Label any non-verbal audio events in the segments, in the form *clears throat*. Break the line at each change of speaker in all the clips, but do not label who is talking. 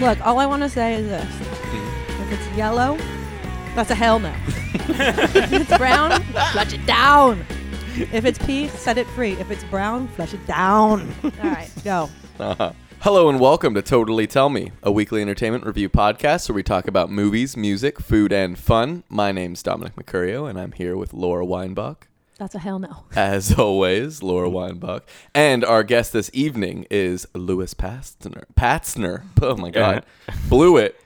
Look, all I want to say is this: if it's yellow, that's a hell no. if it's brown, flush it down. If it's pea, set it free. If it's brown, flush it down. All right, go.
*laughs* Hello and welcome to Totally Tell Me, a weekly entertainment review podcast where we talk about movies, music, food, and fun. My name's Dominic Mercurio, and I'm here with Laura Weinbach.
That's a hell no.
As *laughs* always, Laura Weinbach. And our guest this evening is Louis Patzner. Patzner. *laughs* Oh my God. Blew it.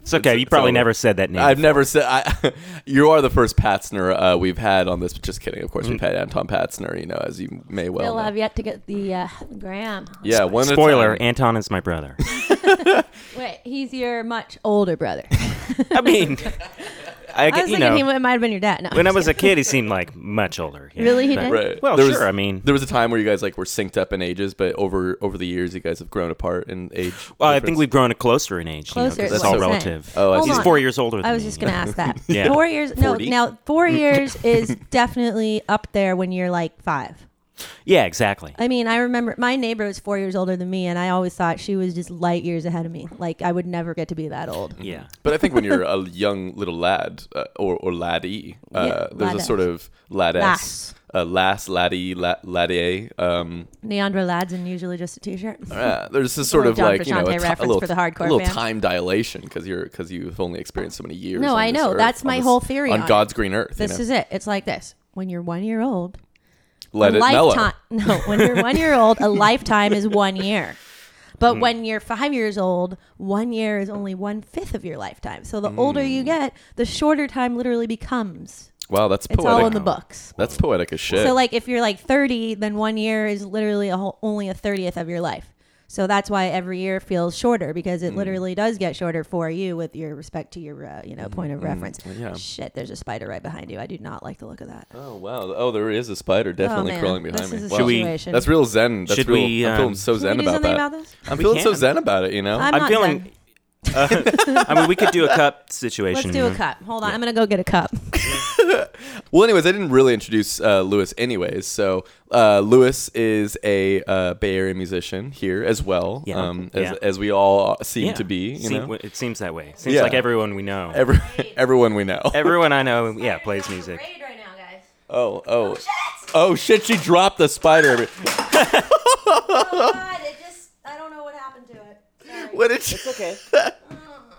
It's okay.
It's-
you probably
it's
never
over.
said that name.
I've never said. I, *laughs* you are the first Patzner uh, we've had on this. Just kidding. Of course, we've had Anton Patzner, you know, as you may well
Still
know.
have yet to get the uh, gram.
Yeah, one at a
Spoiler:
time.
Anton is my brother.
Wait, he's your much older brother.
I
*laughs*
mean, I,
I
get
was
you
thinking
know,
he might- might have been your dad. No,
when I
I'm
was
just
a kid, he seemed like much older. yeah.
Really, he
But-
did?
Right.
Well,
there
sure.
Was,
I mean,
there was a time where you guys like were synked up in ages, but over over the years, you guys have grown apart in age.
well, I think
difference.
we've grown closer in age. you know, 'cause
Closer,
it's
that's
all
what I'm
relative.
saying. Oh, I
Hold
he's
on.
four years older. Than
I was
me,
just
you
gonna
know.
ask that.
*laughs* Yeah.
Four years. No,
40?
now
*laughs*
four years is definitely up there when you're like five.
Yeah, exactly.
I mean, I remember my neighbor was four years older than me, and I always thought she was just light years ahead of me. Like I would never get to be that old.
Yeah.
*laughs* But I think when you're a young little lad uh, or, or laddie, uh,
Yeah,
there's a
ladette.
sort of ladess,
Lass.
uh, lass, laddie, la- laddie. Um,
Neandra lads and usually just a t-shirt.
uh, there's this sort
Little
of
John
like you know
Frusciante
a, ti- a
reference
little,
for the
t-
hardcore
a little
fan.
time dilation because you're because you've only experienced so many years.
No,
on
I
this
know.
earth,
That's
on
my
this-
whole theory
on
on
God's green earth.
This
you know?
is it. It's like this. When you're one year old,
let
a
it mellow.
lifetime. *laughs* No, when you're one year
*laughs*
old, a lifetime is one year.
Hmm.
But when you're five years old, one year is only one fifth of your lifetime. So the older
Hmm.
you get, the shorter time literally becomes.
Wow, that's
It's
poetic.
all in the books.
That's poetic as shit.
So like if you're like 30, then one year is literally a whole, only a 30th of your life. So that's why every year feels shorter because
Hmm.
it literally does get shorter for you with your respect to your uh, you know point of reference.
Hmm. yeah.
Shit, there's a spider right behind you. I do not like the look of that. Oh,
oh wow. Oh, there is a spider definitely
man.
crawling behind
This
me.
is a
Wow.
Should we-
situation.
That's real zen. That's
Should
real.
we,
I'm feeling
um,
so
Can
zen
we do
about
something
that.
about this?
I'm
We
feeling so
can.
zen about it. You know.
I'm,
I'm
not
feeling- uh,
done.
*laughs* I mean, we could do a cup situation.
Let's do a cup. Hold on, I'm gonna go get a cup.
Well, anyways, I didn't really introduce uh, Lewis, anyways. So uh, Lewis is a uh, Bay Area musician here as well,
Yeah.
um, as,
Yeah.
as we all seem
Yeah.
to be. You
Seem-
know,
It seems that way. Seems
Yeah.
like everyone we know. *laughs*
Every, everyone we know.
everyone I know, yeah, plays music.
right now, guys.
oh, oh, oh, shit! She dropped the
*laughs*
spider.
Oh God, it just I don't know what happened to it.
What did she? okay.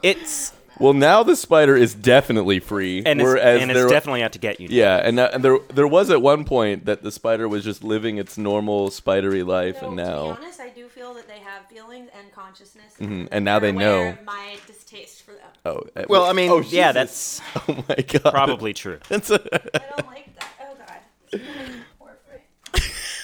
It's
Well, now the spider is definitely free,
and it's,
whereas
and it's
there.
definitely out to get you.
yeah, and, that- and there there was at one point that the spider was just living its normal spidery life, and now Mm-hmm,
honest, I do feel that they have feelings and consciousness,
and now they know.
my distaste for them.
Oh, uh,
Well, I mean,
oh, Jesus.
yeah, that's
*laughs* oh my god,
probably true.
*laughs* That's a-
I don't like that. Oh God.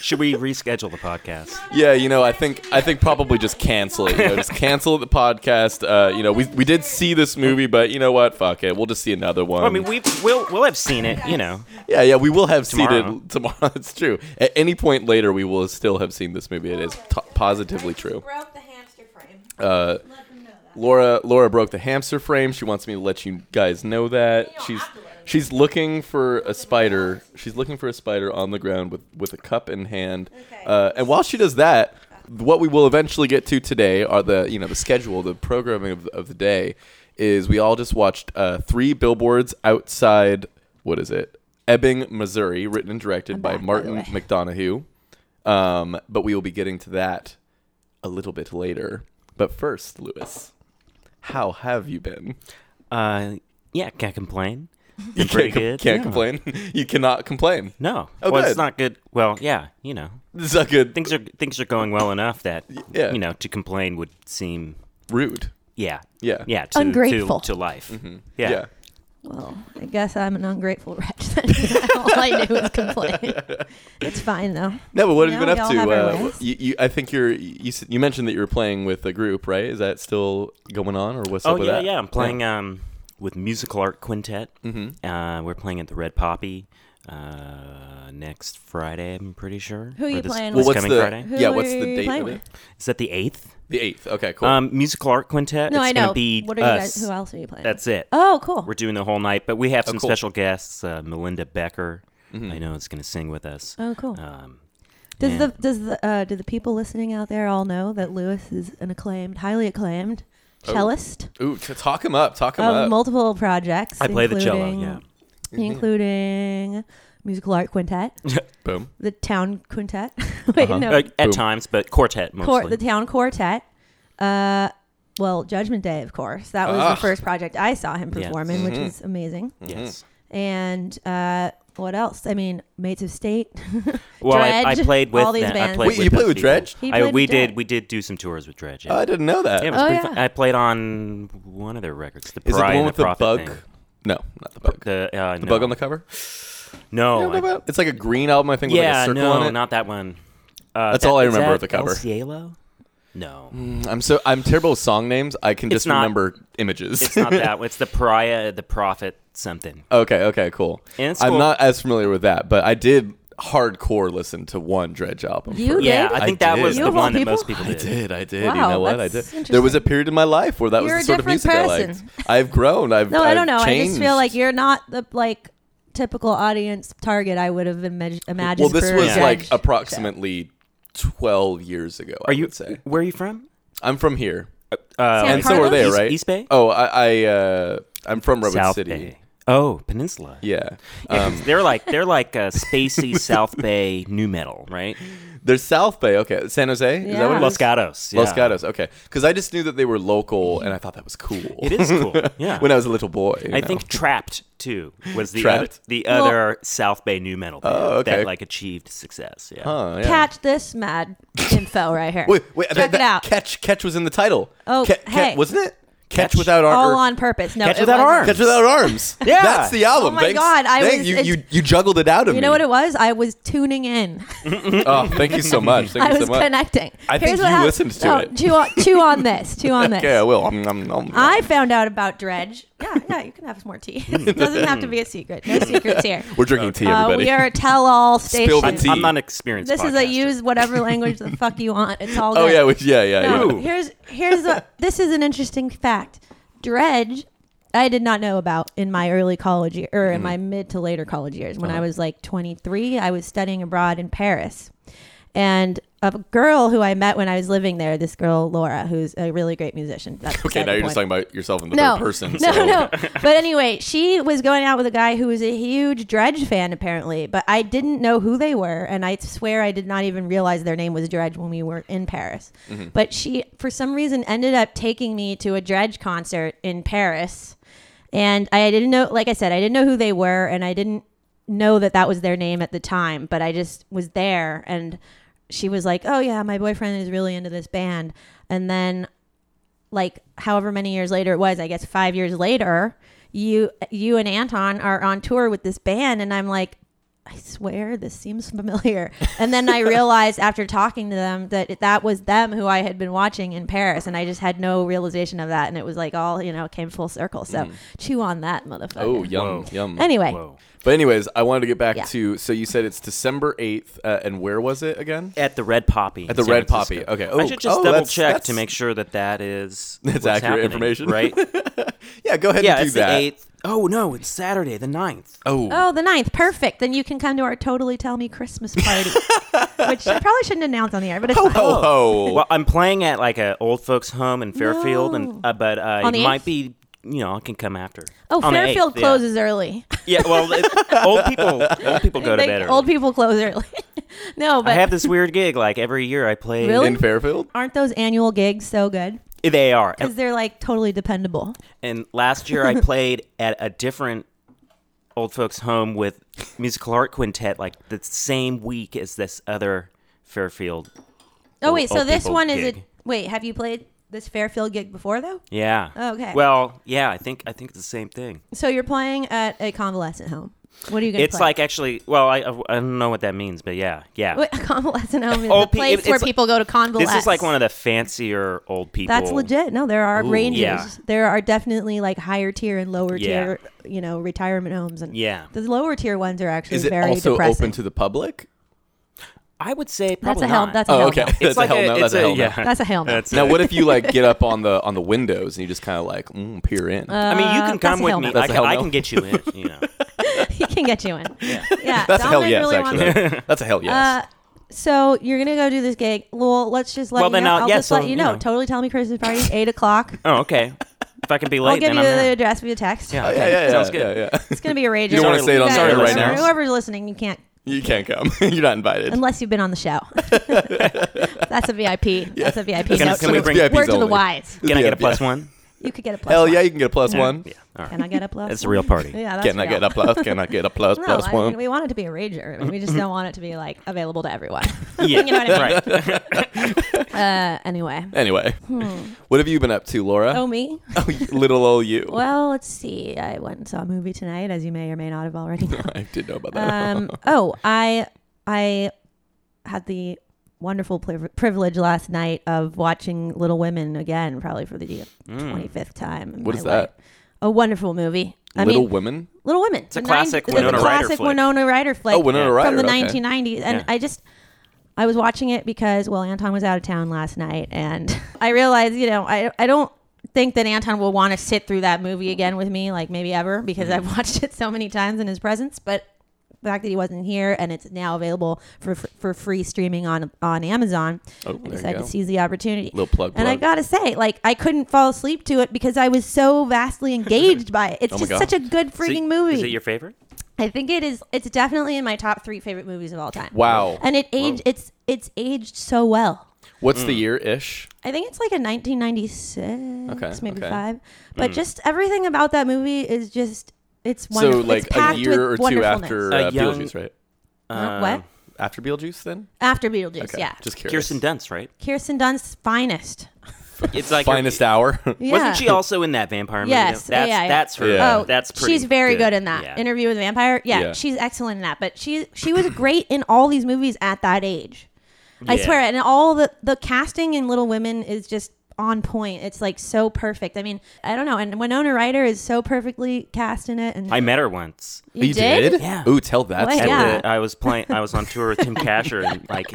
Should we reschedule the podcast?
*laughs* Yeah, you know, I think I think probably just cancel it. You know, just cancel the podcast. Uh, you know, we we did see this movie, but you know what? Fuck it. We'll just see another one.
I mean, we we'll we'll have seen it, you know.
yeah, yeah, we will have
Tomorrow.
seen it tomorrow. *laughs* It's true. At any point later, we will still have seen this movie. It is t- positively true.
Broke the hamster frame.
Uh,
Let them know that.
Laura Laura broke the hamster frame. She wants me to let you guys know that she's she's looking for a spider. She's looking for a spider on the ground with with a cup in hand. Uh, and while she does that, what we will eventually get to today are the you know the schedule, the programming of, of the day is we all just watched uh, three billboards outside. What is it? Ebbing, Missouri, written and directed by
back, by
Martin
the
McDonough. Um, but we will be getting to that a little bit later. But first, Lewis, how have you been?
*laughs* Uh, yeah, can't complain.
You
pretty
can't, com-
good,
can't
yeah.
complain. *laughs* you cannot complain.
No,
Oh,
well,
good.
it's not good. Well, yeah, you know,
This is a good
things are things are going well enough that
Yeah.
you know to complain would seem
rude.
yeah
Yeah.
yeah to,
Ungrateful.
to, to life.
Yeah.
Yeah.
Well, I guess I'm an ungrateful wretch. Then. *laughs* All I do
*laughs*
is complain. It's fine though.
No, but what have
No,
you been up
we all
to?
have our
Uh,
ways.
you, you, I think you're. You, s- you mentioned that you were playing with a group, right? Is that still going on, or what's
Oh
up with
yeah,
that?
yeah. I'm playing um with musical art quintet. Mm-hmm. Uh, we're playing at the Red Poppy uh next Friday. I'm pretty sure.
Who are
Or
you
this-
playing
Well,
this
with?
what's
coming
the
Friday?
Who
yeah? What's
are
the
you
date
playing
of it?
with?
Is that the eighth?
The eighth. Okay, cool.
Um, musical art quintet.
No,
it's
I know.
Gonna be
what are you guys?
us.
Who else are you playing?
That's it.
Oh, cool.
We're doing the whole night, but we have some
Oh, cool. Hmm.
special guests. Uh, Melinda Becker,
Mm-hmm.
I know, is going to sing with us.
Oh, cool.
Um,
does
yeah.
the does the uh, do the people listening out there all know that Lewis is an acclaimed, highly acclaimed cellist
Ooh, t- talk him up. Talk him
of
up. Mm-hmm.
multiple projects.
I play the cello.
including-
Yeah.
including musical art quintet,
Boom.
the town quintet. *laughs* Wait,
Uh-huh.
no,
Like, Uh, at
Boom.
times, but quartet mostly.
Oh. Cor- the town quartet. Uh, well, Judgment Day, of course. That was
Ugh.
the first project I saw him
Yeah.
perform in, which was amazing.
Mm-hmm.
yes.
And uh, what else? I mean, Mates of State.
Well, I, I
Dredge,
played with.
all these
them- I
bands.
played
Wait, you played
those
with
people.
Dredge? Uh,
He
I,
played
we
with
did.
Dredge.
We did do some tours with Dredge. Yeah.
I didn't know that.
Yeah,
Is
it was
Oh,
pretty
yeah.
fun. I played on one of their records, the
it the
Pariah
one
and
with
the
the
Prophet
bug?
thing.
No, not the bug.
The, uh,
The bug on the cover. You know
no,
what I'm
Oh, I-
talking about? It's like a green album, I think, with like a
yeah,
circle
no,
on it.
not that one. Uh,
That's
that-
all I
is
remember
that
of the cover.
El Cielo? No,
I'm so I'm terrible with song names. I can
It's
just
not-
remember images.
it's not that. one. It's the Pariah, the Prophet, something.
*laughs* okay, okay, cool.
And it's
I'm
cool.
not as familiar with that, but I did hardcore listen to one Dredge album.
You
for-
did?
yeah, I
I
think that
did.
was
You
the
of all
one that
people?
most people
I
did.
did, I did. you
Wow,
know what? I
that's
did. There
interesting.
was a period in my life where that
You're
was the
a
sort of
different
music I liked.
person.
*laughs* I've grown. I've
No, I
I've
don't know. I just
changed.
feel like you're not the like typical audience target I would have imag- imagined.
Well, this
for
was
Dredge.
like approximately 12 years ago. I
Are you?
Would say
Where are you from?
I'm from here,
Uh,
San
and so are
Carlos?
they,
East-
right?
East Bay?
Oh, I, I uh, I'm from Redwood
South
City.
Bay. Oh, Peninsula.
Yeah.
Yeah, 'cause
Um,
they're like they're like a
*laughs*
spacey South Bay new metal, right?
There's South Bay. Okay, San Jose. Is that what
Yeah.
it
Los
is?
Gatos.
Los
yeah.
Gatos. Okay, because I just knew that they were local, and I thought that was cool.
It is cool.
*laughs*
Yeah.
when I was a little boy, you
I
know.
think Trapped too was the
Trapped?
other, the
Well-
other South Bay new metal band
Oh, okay.
that like achieved success. Yeah.
Oh, yeah.
catch this mad info right here.
*laughs* Wait, wait.
check
that-
it
that-
out.
Catch, catch was in the title.
Oh,
Ca- ca-
hey.
wasn't it? Catch,
Catch.
without
All
arms.
on purpose. No,
Catch
it
without
wasn't.
arms.
Catch without
*laughs*
arms.
Yeah.
that's the album.
Oh my
Thanks-
God, I
thank
was-
you,
it's-
you. You juggled it out of me.
You know what it was? I was tuning in. *laughs*
Oh, thank you so much. Thank
I
you
was
so much.
connecting.
I think you
hap-
listened to
No,
it.
Chew on, chew on this.
*laughs*
Chew on this.
Okay, I will. Om, nom, nom, nom.
I found out about Dredge. Yeah, yeah, you can have some more tea. *laughs*
Hmm.
it doesn't have to be a secret. No secrets
*laughs*
here.
We're drinking tea,
Uh,
everybody.
we are a tell-all station.
Spill the tea.
I'm not an experienced.
This is a
podcaster.
use whatever language the fuck you want. It's
*laughs*
all.
oh
good.
yeah, we, yeah, yeah, yeah.
No,
Ooh.
here's here's a, this is an interesting fact. Dredge, I did not know about in my early college year or
Mm-hmm.
in my mid to later college years. When
Uh-huh.
I was like 23, I was studying abroad in Paris, and a girl who I met when I was living there, this girl Laura, who's a really great musician. That's
*laughs* *laughs* Okay,
beside
now
the
you're just
point.
talking about yourself in the
No,
third person.
*laughs* no,
so.
no. But anyway, she was going out with a guy who was a huge Dredge fan, apparently. But I didn't know who they were, and I swear I did not even realize their name was Dredge when we were in Paris.
Mm-hmm.
But she, for some reason, ended up taking me to a Dredge concert in Paris, and I didn't know. Like I said, I didn't know who they were, and I didn't know that that was their name at the time. But I just was there, and she was like, "Oh yeah, my boyfriend is really into this band," and then like however many years later it was, I guess five years later, you you and Anton are on tour with this band, and I'm like, I swear this seems familiar. And
*laughs*
then I realized after talking to them that it, that was them who I had been watching in Paris, and I just had no realization of that, and it was like all you know came full circle. So chew on that, motherfucker.
Oh, yum,
Whoa.
yum.
Anyway,
Mm. Whoa.
But anyways, I wanted to get back
Yeah.
to. So you said it's December eighth, uh, and where was it again?
At the Red Poppy. in
At the
San
Red
Francisco.
Poppy, okay.
I
Oh,
should just
oh,
double
that's-
check
that's-
to make sure that that is
*laughs* *laughs* That's
what's
accurate
happening,
information.
right?
*laughs* Yeah, go ahead
yeah,
and do
it's
that.
the eighth. Oh no, it's Saturday the 9th.
Oh,
Oh, the ninth. Perfect. Then you can come to our Totally Tell Me Christmas
*laughs*
party, which I probably shouldn't announce on the air, but it's
ho
fine.
ho Oh, ho.
Well, I'm playing at like a old folks' home in Fairfield, and uh, but uh,
On the
it might
eighth?
be you know I can come after.
Oh,
On the
Fairfield
eighth, yeah.
closes early.
Yeah, well, it, old people, old people go to
They-
bed. Early.
Old people close early. *laughs* no,
I
but
have this weird gig. Like every year, I play.
Really?
in Fairfield.
aren't those annual gigs so good?
They are.
Because they're like totally dependable.
And last year, I
*laughs*
played at a different old folks' home with musical art quintet, like the same week as this other Fairfield.
Oh wait, so
old
this
people
one is
gig.
a wait. Have you played this Fairfield gig before though?
Yeah.
Oh, okay.
Well, yeah, I think I think it's the same thing.
So you're playing at a convalescent home. What are you gonna?
It's
play?
like actually, well, I, I don't know what that means, but yeah, yeah.
*laughs* Wait, a convalescent home is
Oh,
the
pe-
place
it-
where
it's like-
people go to convalesce.
This is like one of the fancier old people.
That's legit. No, there are ranges.
Yeah.
There are definitely like higher tier and lower
Yeah.
tier, you know, retirement homes and
Yeah.
The lower tier ones are actually
Is it
very
also
depressing.
open to the public?
I would say
that's
probably
a hell.
not.
That's a
Oh, *laughs*
hell.
okay.
no.
That's a hell no. That's a hell no.
yeah.
That's a
*laughs*
hell no.
That's
Now, what if you like get up on the on the windows and you just kind of like mm, peer in?
I mean, you
Uh,
can
that's
come
a
with
hell
me.
no.
That's
I
a
can,
hell
I
no.
can get you in. You know,
he can get you in. Yeah,
*laughs*
That's a hell
Dominic
yes,
really wants-
actually. *laughs* That's a hell yes.
Uh, so you're gonna go do this gig. Well, let's just let
Well,
you
then
know.
I'll-
I'll
yeah,
just
so,
let you
you
know.
know.
Totally tell me Christmas party eight o'clock.
Oh, okay. If I can be
I'll
late,
give
then
you
I'm
the
there.
address via text.
Yeah,
Yeah,
okay.
yeah, yeah,
Sounds good.
Yeah, yeah. *laughs*
It's gonna be a rager.
don't wanna
say it on
guys-
Sorry,
whoever-
listeners.
Whoever's listening, you can't
You can't come. *laughs* You're not invited.
unless you've been on the show. *laughs* That's a VIP. That's a VIP.
Can I-
note
can we
to the-
bring-
VIPs
word to the
only.
wise?
Can I
Yeah,
get a plus
yeah.
one?
You could get a plus.
Hell
one.
yeah, you can get a plus one.
Yeah. All right.
Can I get a plus?
It's a
one?
real party.
Yeah, that's
Can I
real.
get a plus? Can I get
*laughs*
a
*laughs*
plus
No,
plus
I mean,
one?
we want it to be a rager. I mean, we just don't want it to be like available to
*laughs*
everyone.
Yeah.
you know what I mean?
Right.
*laughs* Uh, anyway.
Anyway, what have you been up to, Laura?
Hmm. Oh me?
*laughs* Oh, you- little old you.
Well, let's see. I went and saw a movie tonight, as you may or may not have
*laughs*
already known.
*laughs* I did know about that.
um, oh, I I had the wonderful priv- privilege last night of watching Little Women again, probably for the twenty fifth time.
*laughs*
in
Hmm. What
my
is that?
life. A wonderful movie. I
little
mean,
Women.
Little Women. It's
a classic Winona
the
Ryder
classic
flick.
Winona Ryder flick.
Oh, Winona
Yeah.
Ryder.
from the
okay.
1990s and
Yeah.
i just i was watching it because well anton was out of town last night and *laughs* i realized you know i, I don't think that anton will want to sit through that movie again with me like maybe ever because
Mm-hmm.
i've *laughs* watched it so many times in his presence but the fact that he wasn't here and it's now available for for free streaming on on amazon
Oh,
i
there you
decided to
go.
seize the opportunity
Little plug,
and i
plug.
gotta say like i couldn't fall asleep to it because i was so vastly engaged by it it's
Oh my
just
God.
such a good
Is it-
freaking movie
Is it your favorite?
I think it is. It's definitely in my top three favorite movies of all time.
Wow.
And it aged. It's it's aged so well.
What's
Hmm.
the year ish?
I think it's like a 1996,
Okay,
maybe
okay. Hmm.
five. But just everything about that movie is just it's
So
wonderful.
like
it's
a
packed with
year or two
wonderfulness.
after
A
uh,
young-
Beetlejuice, right?
Uh,
Huh? what
After Beetlejuice, then.
after Beetlejuice?
Okay.
Yeah,
Just curious.
Kirsten Dunst, right?
Kirsten Dunst's finest.
It's like
Finest hour. *laughs*
Yeah.
Wasn't she also in that vampire movie?
Yes.
That's,
Yeah, yeah.
that's her.
Yeah.
Oh,
that's pretty
she's very good, in that
Yeah.
interview with the vampire. Yeah,
Yeah.
she's excellent in that. But she she was great in all these movies at that age. I
Yeah.
swear, and all the the casting in Little Women is just on point. It's like so perfect. I mean, I don't know. And Winona Ryder is so perfectly cast in it. And
I met her once.
you,
Yeah.
Ooh, tell that.
Wait,
story.
yeah.
At the- I was playing. I was on tour with Tim Casher and
*laughs*
like,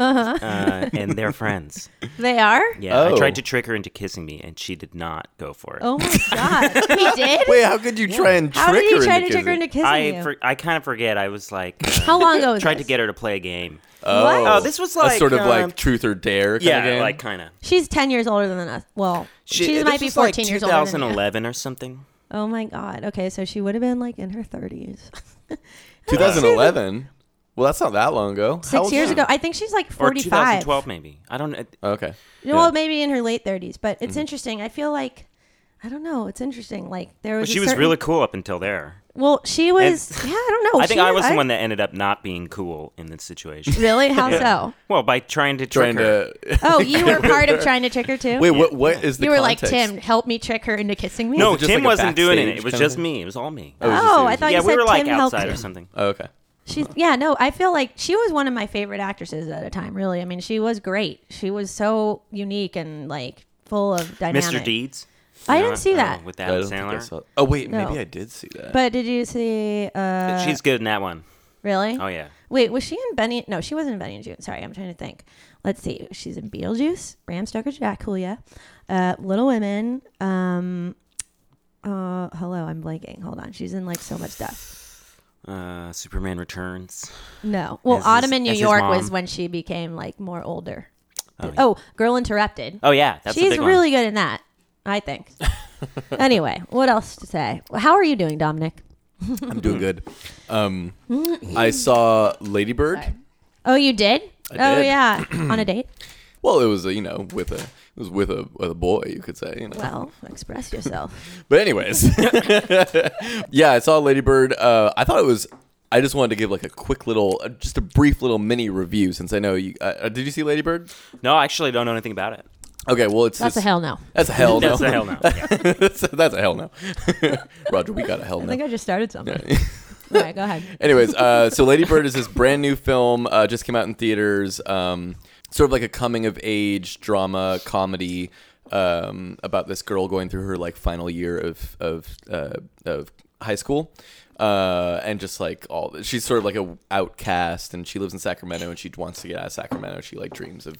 Uh-huh.
uh, and they're friends.
They are.
Yeah, I
Oh.
tried to trick her into kissing me, and she did not go for it.
Oh my god, he did.
Wait, how could you try and
How
trick
did
her
he try to
into
trick her
kissing?
into kissing
I
you?
for, I kind of forget. I was like, uh,
*laughs*
*laughs*
How long ago? Was
tried to
this?
get her to play a game.
Oh,
Oh, this was
a
like,
sort of
um,
like truth or dare. Kind
yeah,
of game.
like kind of.
She's ten years older than us. Well, she, might be fourteen years older than you.
2011 or something.
Oh my god. Okay, so she would have been like in her thirties.
2011. Well, that's not that long ago. How
six
old
years
is-
ago. I think she's like
Or
45.
2012 maybe. I don't. know.
Okay.
You know, Well, maybe in her late 30s, but
Mm-hmm.
it's interesting. I feel like, I don't know. It's interesting. Like there was. a
She was
certain-
really cool up until there.
Well, she was. yeah, I don't know.
I think
She
I was the one that ended up not being cool in this situation.
*laughs* Really? How so?
Well, by trying to trick
Trying
her.
*laughs*
to.
*laughs*
Oh, you were part of trying to trick her too.
Wait, what? What is the?
you were
context?
like Tim, help me trick her into kissing me.
No,
Was it just like
Tim
a
wasn't doing it.
backstage
It was
kind of
just
thing?
me. It was all me.
it was just
Oh,
you.
I thought
yeah,
you said
we were like
Tim helped
outside
you.
or something.
Oh, okay.
She's yeah, no, I feel like she was one of my favorite actresses at a time. Really, I mean, she was great. She was so unique and like full of dynamic.
Mr. Deeds.
I
You
didn't
know,
see
uh,
that.
with
I
Adam
don't think I
Sandler.
saw- Oh wait,
No.
maybe I did see that.
But did you see? Uh,
She's good in that one.
really?
Oh yeah.
Wait, was she in Benny? No, she wasn't in Benny and June. Sorry, I'm trying to think. Let's see. She's in Beetlejuice, Bram Stoker, Dracula, uh, Little Women. Um, uh, hello, I'm blanking. Hold on. She's in like so much stuff.
Uh, Superman Returns.
No. Well,
As his-
Autumn in New
as his
York was
mom.
when she became like more older. Oh, Girl Interrupted.
Oh yeah, that's the
She's
big one.
really good in that,
*laughs*
I think. anyway, what else to say? How are you doing, Dominic?
I'm doing good. Um,
Mm-hmm.
I saw Ladybird.
Oh, you did?
I
oh,
did.
*clears throat*
yeah. On a date?
Well, it was uh, you know with a it was with a with a boy you could say you know.
Well, express yourself.
But anyways, *laughs* yeah, I saw Ladybird. Uh, I thought it was. I just wanted to give like a quick little, uh, just a brief little mini review since I know you. Uh, uh, did you see Ladybird?
No, I actually don't know anything about it.
Okay, well it's
That's a
this-
hell no.
That's a hell no.
*laughs* That's a
*laughs*
hell no. Yeah.
that's, that's a hell no. *laughs* Roger, we got a hell
I
no.
think I just started something.
*laughs*
All right, go ahead.
Anyways, uh, so Lady Bird is this brand new film, uh, just came out in theaters. Um, sort of like a coming of age drama comedy um, about this girl going through her like final year of of uh, of high school, uh, and just like all she's sort of like a outcast, and she lives in Sacramento, and she wants to get out of Sacramento. She like dreams of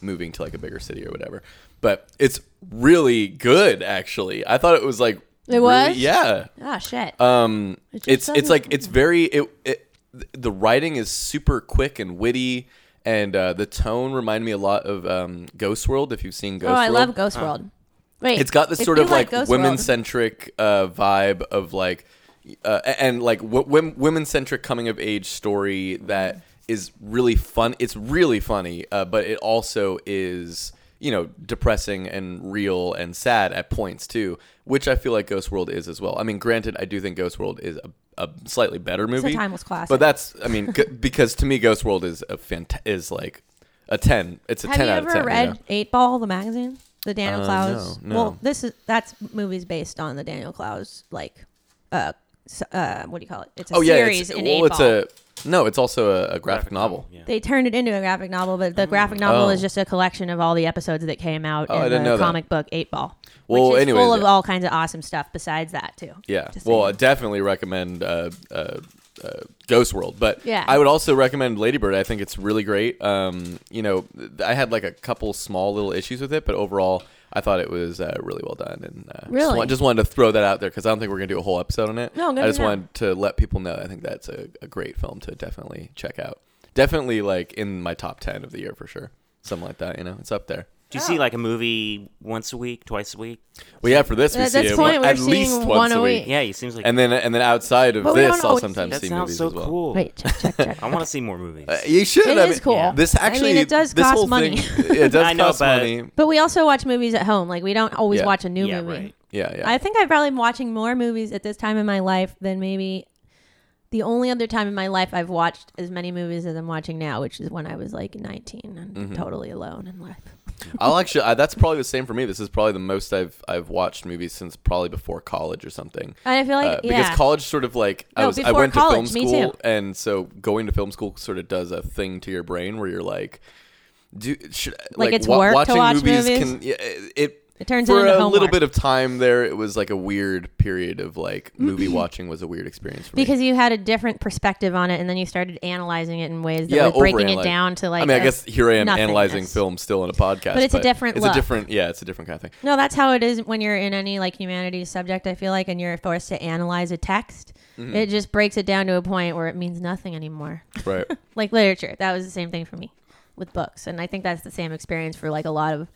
moving to like a bigger city or whatever. But it's really good, actually. I thought it was like
It was?
really- yeah.
*laughs* Oh shit.
Um,
just
it's it's
doesn't-
like it's very it, it th- the writing is super quick and witty, and uh, the tone reminded me a lot of um, Ghost World. If you've seen Ghost
oh,
World,
I love Ghost World. Wait,
uh, it's got this
if
sort
you
of like,
Ghost World-
women centric uh, vibe of like, uh, a- and like w- women centric coming of age story that is really fun. It's really funny, uh, but it also is you know depressing and real and sad at points too, which I feel like Ghost World is as well. I mean, granted, I do think Ghost World is a a slightly better movie.
timeless classic.
But that's, I mean, g- because to me, Ghost World is a fant- is like a ten. It's a
Have you
ten out of
ever
ten.
read
know?
Eight Ball, the magazine? The Daniel
Uh,
Clowes.
no, no.
Well, this is that's movies based on the Daniel Clowes, like, uh, s- uh, what do you call it? It's a
oh yeah, it's,
series in
well,
Eight
it's
Ball.
a no, it's also a, a graphic novel.
Yeah.
they turned it into a graphic novel, but the graphic novel
Oh.
is just a collection of all the episodes that came out
Oh, I
in
didn't
the
know that.
comic book Eight Ball,
Well,
which is
anyways,
full of
yeah.
all kinds of awesome stuff besides that too.
Yeah,
Just
well, I
saying.
definitely recommend uh, uh, uh, Ghost World, but
Yeah.
I would also recommend Ladybird. I think it's really great. Um, you know, th- I had like a couple small little issues with it, but overall, I thought it was uh, really well done. And uh, just,
Really?
wa- just wanted to throw that out there because I don't think we're gonna do a whole episode on it.
No, good
I
to
just
know.
wanted to let people know. I think that's a, a great film to definitely check out. Definitely like in my top ten of the year for sure. Something like that, you know, it's up there.
Do you
Oh.
see like a movie once a week, twice a week?
Well, yeah, for this we
At
see
this
it
point,
one-
we're
at
seeing
least
one
once
a
a
week.
week.
Yeah, it seems like
and then and then outside of
But oh we
this,
don't
I'll
always
sometimes
that
see
sounds
movies
so
as well.
cool.
Wait, check,
*laughs*
check, check.
I want to see more movies.
Uh, You should.
It
I
is
mean,
cool.
Yeah.
This
I mean,
actually,
it does
this
cost
whole
money.
Thing, it does
*laughs* I know,
cost
but-
money.
But we also watch movies at home. Like we don't always
Yeah.
watch a new
yeah,
movie.
right.
Yeah, yeah.
I think I've probably been watching more movies at this time in my life than maybe the only other time in my life I've watched as many movies as I'm watching now, which is when I was like 19 and
Mm-hmm.
totally alone in life.
I'll actually. I, that's probably the same for me. This is probably the most I've I've watched movies since probably before college or something.
And I feel like
Uh,
yeah,
because college sort of like I
No,
was I
before
went
college,
to
me
film school
too.
and so going to film school sort of does a thing to your brain where you're like do should
Like, it's work to
watching
watch
movies,
movies?
can yeah, it
It turns it
for
into
a little
homework.
bit of time there it was like a weird period of like movie watching was a weird experience for me.
Mm-hmm. because you had a different perspective on it, and then you started analyzing it in ways that
yeah,
were breaking
overanalyze-
it down to like.
I mean, I
a
guess here I am analyzing
nothingness.
film still in a podcast,
But it's a different
It's
look.
a different, yeah, it's a different kind of thing.
*laughs* No, that's how it is when you're in any like humanities subject, I feel like, and you're forced to analyze a text. It just breaks it down to a point where it means nothing anymore. *laughs*
Right.
like literature. That was the same thing for me with books, and I think that's the same experience for like a lot of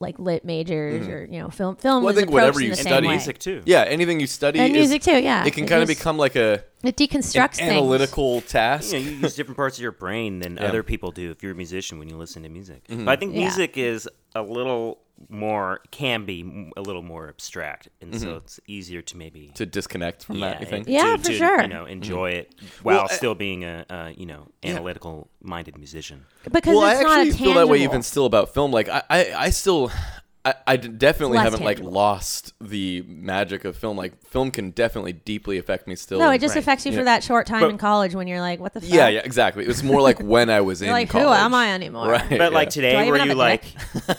like lit majors or you know film film.
Well, I
was
think whatever
approached in
you
the same
study-
way.
Music too.
yeah, anything you study
and
is-
music too. Yeah,
It can kind of
just-
become like a
it
an
deconstructs things.
analytical task.
You, know, you use different parts of your brain than other people do if you're a musician when you listen to music. But I think
Yeah.
music is a little more can be m- a little more abstract, and so it's easier Mm-hmm. to maybe
to disconnect from that, you
and
think?
Yeah.
to,
for
to,
sure.
You know, enjoy it while
Well, I-
still being a, a you know analytical minded musician.
because
well, I
it's not a
actually
tangible.
feel that way even still about film. Like I, I, I still, I, I d- definitely
Less
haven't like
tangible.
lost the magic of film. Like film can definitely deeply affect me still.
no, it just
Right.
affects you
Yeah.
for that short time
But-
in college when you're like, what the fuck?
yeah, yeah, exactly. It was more like when I
*laughs*
was in
like, who
college.
am I
*laughs*
anymore?
Right.
But like
yeah.
Do I
today,
even
were
have
you
a
like,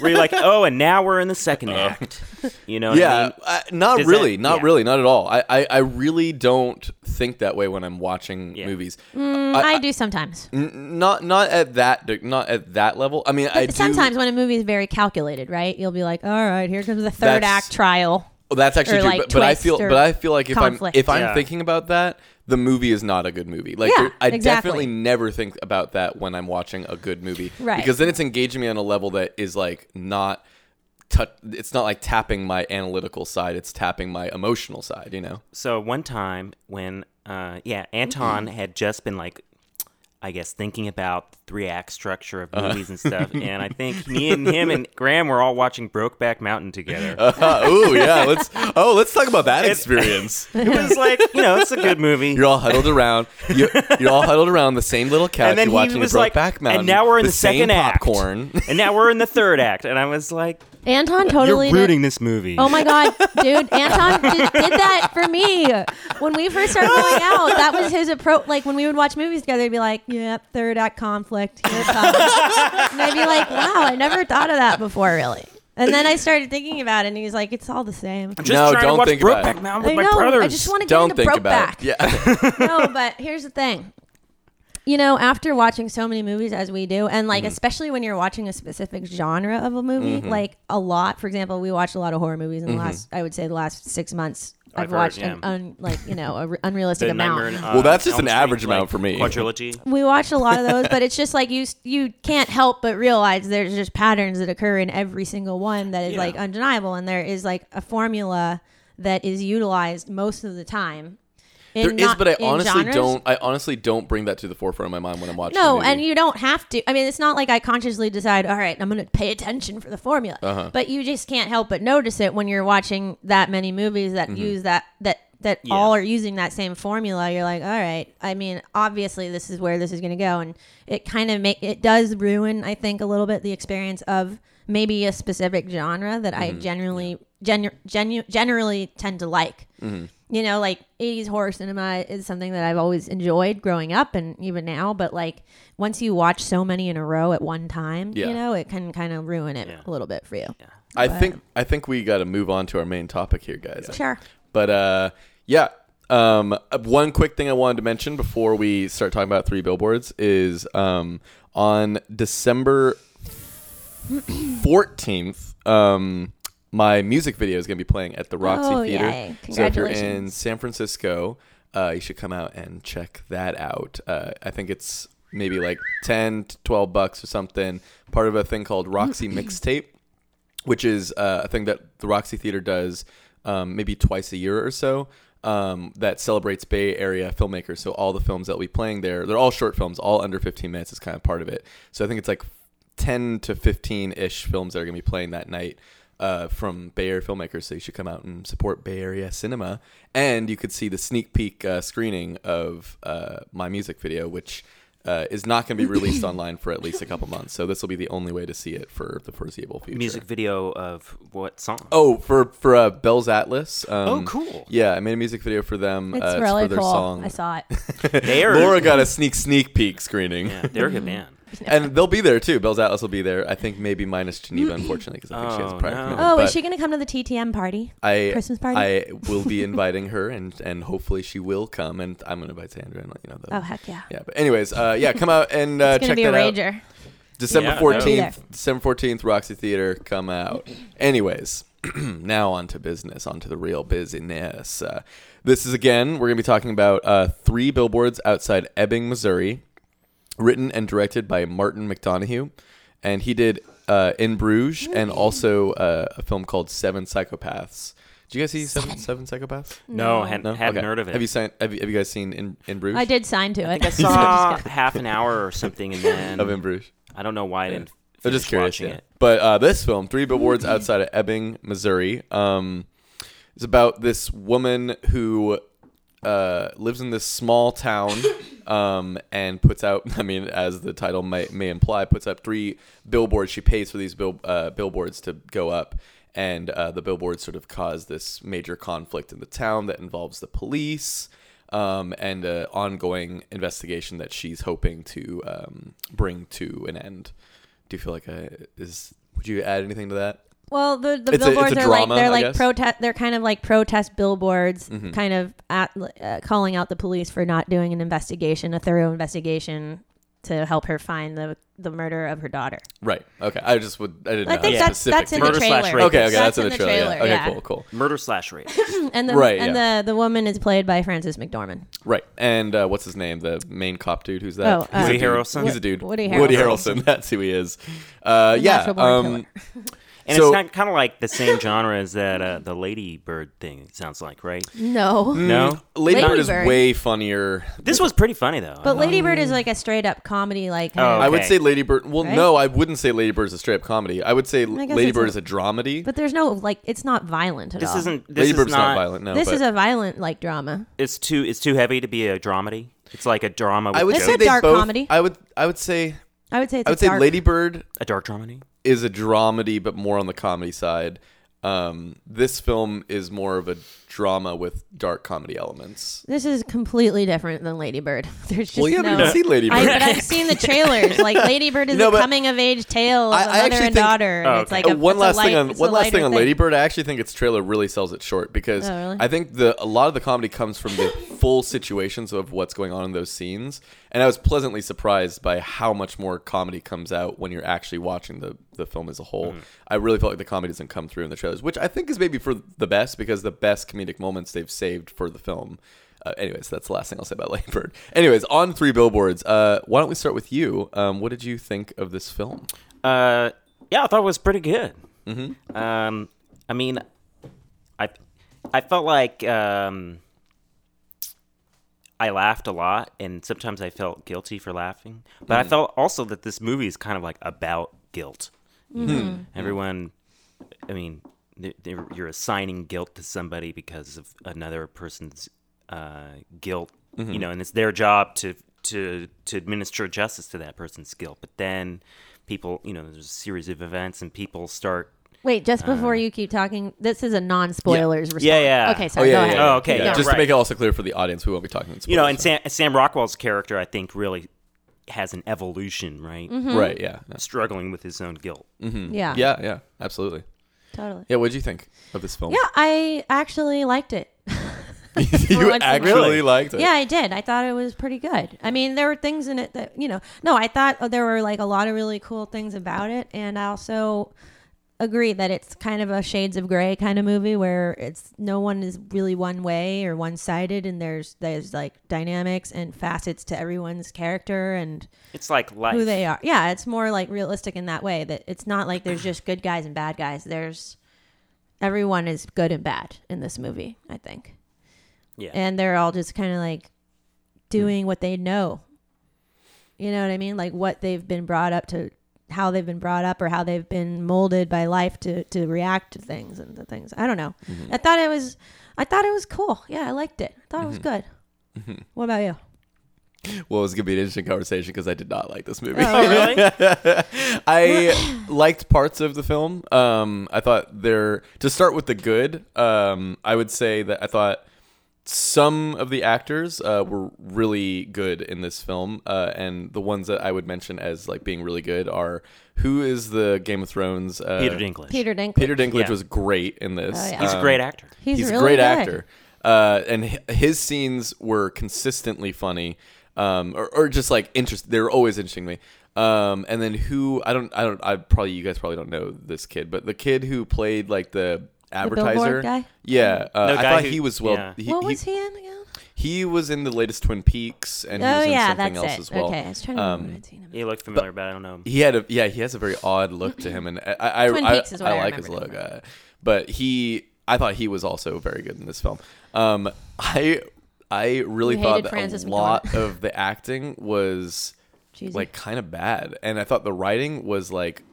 were you
*laughs*
like, oh, and now we're in the second act? You know, what I
Yeah,
mean?
I, not
Does
really,
that-
not
yeah.
really, not at all. I, I, I really don't think that way when I'm watching
Yeah.
movies.
I, do sometimes.
N- not not at that de- not at that level. I mean, I do,
sometimes when a movie is very calculated, right? You'll be like, all right, here comes the third
That's-
act trial.
Well, that's actually
or,
true,
like,
but, but I
twist
feel
or
but I feel like if
conflict.
I'm if I'm
Yeah.
thinking about that, the movie is not a good movie. Like
Yeah,
there- I
exactly.
definitely never think about that when I'm watching a good movie,
Right.
Because then it's engaging me on a level that is like not. tou it's not like tapping my analytical side; it's tapping my emotional side. You
*laughs*
know, *laughs*
so one time when uh yeah
Mm-hmm.
anton had just been like i guess thinking about the three act structure
Uh-huh.
of movies and stuff and i
*laughs*
think me and him and graham were all watching brokeback mountain together
oh yeah, let's oh let's talk about that experience. *laughs*
it was like you know it's a good movie
You're all huddled around. You're, you're all huddled around the same little couch.
and then
you're watching
he was
Brokeback
like
Mountain.
and now we're in the,
same
second
*laughs*
act
popcorn.
*laughs* and now we're in the third act and i
*laughs*
was like
Anton totally
you're
did-
rooting this movie
Oh my god, dude! Anton did, did that for me when we first started going out. That was his approach. Like when we would watch movies together, he'd be like, "Yep, third act conflict." Here it comes. and I'd be like, "Wow, I never thought of that before, really." And then I started thinking about it, and he's like, "It's all the same."
I'm *laughs* just
No,
trying
don't
to watch
think about
brokeback
it.
mountain with
I
my
know.
brothers
I just want to get
Don't
into
think
broke
about
back.
it. Yeah.
no, but here's the thing. You know, after watching so many movies as we do, and
Mm-hmm.
like especially when you're watching a specific genre
Mm-hmm.
of a movie, like a lot. For example, we watched a lot of horror movies in the last, I would say, the last six months I've,
I've heard,
watched
yeah.
an un, like you know a re- unrealistic
The
amount.
number in, uh,
Well, that's just an
Elm
average
Street,
amount
like,
for me.
Quadrilogy.
*laughs*
we watch a lot of those, but it's just like you you can't help but realize there's just patterns that occur in every single one that is
Yeah.
like undeniable, and there is like a formula that is utilized most of the time. in
There is,
not-
but I
in
honestly
genres.
don't. I honestly don't bring that to the forefront of my mind when I'm watching.
No,
a movie.
and you don't have to. I mean, it's not like I consciously decide, all right, I'm going to pay attention for the formula. But you just can't help but notice it when you're watching that many movies that use that that that
Yeah.
all are using that same formula. You're like, all right. I mean, obviously this is where this is going to go, and it kind of make it does ruin, I think, a little bit the experience of maybe a specific genre that I generally genu- genu- generally tend to like you know, like 80s horror cinema is something that I've always enjoyed growing up and even now. But like once you watch so many in a row at one time,
Yeah.
you know, it can kind of ruin it
Yeah.
a little bit for you.
I think I think we got to move on to our main topic here, guys.
Sure.
But uh, yeah. Um, uh, one quick thing I wanted to mention before we start talking about three billboards is um, on December fourteenth. Um, my music video is going to be playing at the Roxy
Oh,
Theater.
yay.
So if you're in
Congratulations.
San Francisco, uh, you should come out and check that out. Uh, I think it's maybe like 10 to 12 bucks or something. Part of a thing called
*clears throat*
Roxy Mixtape which is uh, a thing that the Roxy Theater does um, maybe twice a year or so. Um, that celebrates Bay Area filmmakers. So all the films that we playing there, they're all short films, all under 15 minutes is kind of part of it. So I think it's like 10 to 15 ish films that are going to be playing that night uh, from Bay Area filmmakers. So you should come out and support Bay Area cinema. And you could see the sneak peek uh, screening of uh, my music video, which uh, is not going to be released online for at least a couple months. So this will be the only way to see it for the foreseeable future.
Music video of what song?
Oh, for for uh, Bell's Atlas. Um,
Oh, cool.
Yeah, I made a music video for them.
It's
uh, it's
really
for their
cool.
song.
Oh,
*laughs*
I saw it.
they are,
Laura got a sneak sneak peek screening,
Yeah, they're a good band.
*laughs* and they'll be there too. Bell's Atlas will be there. I think maybe minus Geneva, unfortunately, because I think she has a
Oh,
prior
no.
commitment.
Mm-hmm. oh,
But
is she going to come to the TTM party?
I,
Christmas party?
I will be inviting her, and and hopefully she will come. And I'm gonna invite Sandra and let you know that.
oh, heck yeah.
Yeah, but anyways, uh, yeah, come out and uh,
It's going to
check
be a
that out.
rager.
December
Yeah, that would-
Be there.
fourteenth, December fourteenth, Roxy Theater, come out. Anyways, *clears throat* now on to business, on to the real business. Uh, this is again, we're gonna be talking about uh, three billboards outside Ebbing, Missouri, written and directed by Martin McDonough, and he did uh, In Bruges and also uh, a film called Seven Psychopaths. Did you guys see Seven, Seven Psychopaths?
No, I hadn't,
No,
hadn't
Okay.
heard of it.
Have you seen? Have you, have you guys seen In, in Bruges?
I did sign to it. *laughs*
I saw *laughs* half an hour or something, and then
Of In Bruges.
I don't know why I didn't.
I'm
finish
just curious.
watching
yeah.
it.
But uh, this film, Three Billboards Outside of Ebbing, Missouri, um, is about this woman who uh, lives in this small *laughs* town um, and puts out, *laughs* I mean, as the title may, may imply, puts up three billboards. She pays for these bill, uh, billboards to go up. And uh, the billboards sort of cause this major conflict in the town that involves the police um, and an ongoing investigation that she's hoping to um, bring to an end. Do you feel like I is? Would you add anything to that?
Well, the,
It's
the
a- it's a
billboards are
drama,
like
I
they're like
guess. Mm-hmm.
protest. They're kind of like protest billboards, kind of at, uh, calling out the police for not doing an investigation, a thorough investigation to help her find the the murder of her daughter.
Right. Okay. I just would. I didn't.
I
know
think
how
that's
specific
that's in
to it
the
Murder
trailer.
slash rape.
Okay. Okay. That's, in the, trailer. yeah. Okay.
yeah.
Cool. Cool.
Murder slash rape.
And the
Right,
and the the woman is played by Frances McDormand.
Right. And uh, what's his name? The main cop dude. Who's that?
Oh,
He's a
Woody
dude.
Harrelson?
He's a dude.
Woody
Woody
Harrelson.
Harrelson. *laughs* That's who he is. Uh, yeah.
natural born
um,
And
So-
it's not kind of like the same genre as that uh, the Ladybird thing. It sounds like right.
Hmm.
No,
No,
Lady Bird is
Bird.
way funnier.
this was pretty funny though. I
but
thought.
Lady Bird
Mm.
is like a straight up comedy. Like kind
Oh,
of-
I would
Okay.
say Lady Bird. Well,
Right?
no, I wouldn't say Lady Bird is a straight up comedy. I would say
guess
Lady
it's
Bird
a-
is a dramedy.
but there's no like it's not violent at
this
all.
isn't. This
Lady
is
Bird's
not,
not, violent. No.
this
but
is a violent like drama.
It's too. It's too heavy to be a dramedy. It's like a drama. With
I would
This
jokes.
say
is a
they
dark
both-
comedy.
I would. I would say.
I would say it's
I
a
would say
dark-
Lady Bird
a dark dramedy.
is a dramedy, but more on the comedy side. Um, this film is more of a drama with dark comedy elements.
This is completely different than Lady Bird. *laughs* There's just
Well, yeah,
no.
but you've seen Lady
I,
Bird.
but I've seen the trailers.
*laughs*
Like Lady Bird is
No,
a
but
coming of age tale of
I- I
a mother
actually
and
think-
daughter, and
Oh,
it's
okay.
like a,
Uh, one
it's a
last
light-
thing on
it's a
one last
lighter
thing on Lady Bird. I actually think its trailer really sells it short because
Oh, really? *laughs*
I think the a lot of the comedy comes from the full situations of what's going on in those scenes, And I was pleasantly surprised by how much more comedy comes out when you're actually watching the, the film as a whole. I really felt like the comedy doesn't come through in the trailers, which I think is maybe for the best because the best comedic moments they've saved for the film. Uh, anyways, that's the last thing I'll say about *laughs* Lady Bird. Anyways, on three billboards. Uh, why don't we start with you? Um, what did you think of this film?
Uh, yeah, I thought it was pretty good. Mm-hmm. Um, I mean, I I felt like um, I laughed a lot, and sometimes I felt guilty for laughing. But I felt also that this movie is kind of like about guilt. Everyone, I mean, they're, they're, you're assigning guilt to somebody because of another person's uh, guilt, you know, and it's their job to to to administer justice to that person's guilt. But then people, you know, there's a series of events, and people start.
Wait, just before you keep talking, this is a non-spoilers response.
Uh, Yeah, yeah.
Okay,
Oh
sorry.
yeah,
go
yeah,
ahead.
yeah.
Oh, okay,
Yeah,
yeah,
just to
right.
make it also clear for the audience, we won't be talking.
You know, and
spoilers.
Sam, Sam Rockwell's character, I think, really has an evolution, right?
Mm-hmm.
right? Yeah,
Struggling with his own guilt.
Yeah.
yeah, yeah, absolutely.
Totally.
Yeah, what did you think of this film?
Yeah, I actually liked it.
*laughs* you
once in a
actually
Really?
liked it.
Yeah, I did. I thought it was pretty good. I mean, there were things in it that, you know, no, I thought uh, there were like a lot of really cool things about it. And I also agree that it's kind of a shades of gray kind of movie where it's no one is really one way or one sided. And there's, there's like dynamics and facets to everyone's character and
It's like life.
who they are. Yeah, it's more like realistic in that way that it's not like there's just good guys and bad guys. There's everyone is good and bad in this movie, I think.
Yeah.
And they're all just kind of like doing what they know. You know what I mean? Like what they've been brought up to how they've been brought up or how they've been molded by life to to react to things and the things. I don't know. I thought it was I thought it was cool. Yeah, I liked it. I thought it was good. What about you?
Well, it was gonna be an interesting conversation because I did not like this movie.
oh, really?
*laughs*
*laughs*
I liked parts of the film. Um, I thought there to start with the good. Um, I would say that I thought some of the actors uh, were really good in this film, uh, and the ones that I would mention as like being really good are who is the Game of Thrones uh,
Peter Dinklage.
Peter Dinklage.
Peter Dinklage
Yeah.
was great in this.
Oh, yeah.
He's a great actor.
He's,
he's,
really
a great
good.
actor. Uh, and hi- his scenes were consistently funny, um, or, or just like interest. They were always interesting to me. Um, and then who I don't I don't I probably you guys probably don't know this kid, but the kid who played like the
Billboard
advertiser
guy?
Yeah, uh,
The
I
guy
thought
who-
he was well.
yeah.
He,
What
he-
was he in again?
he was in the latest Twin Peaks, and
Oh,
he was in something else as well. Um,
Okay, I was trying to remember. what I'd seen him. in.
He looked familiar, but I don't know.
he had a yeah he has a very odd look to him and i i,
Twin
I,
Peaks is what I
like his
remembered
look uh, but he i thought he was also very good in this film um i i really
You
thought
hated
that
Frances
a
McDormand.
lot of the acting was
Cheesy.
like kind of bad and i thought the writing was like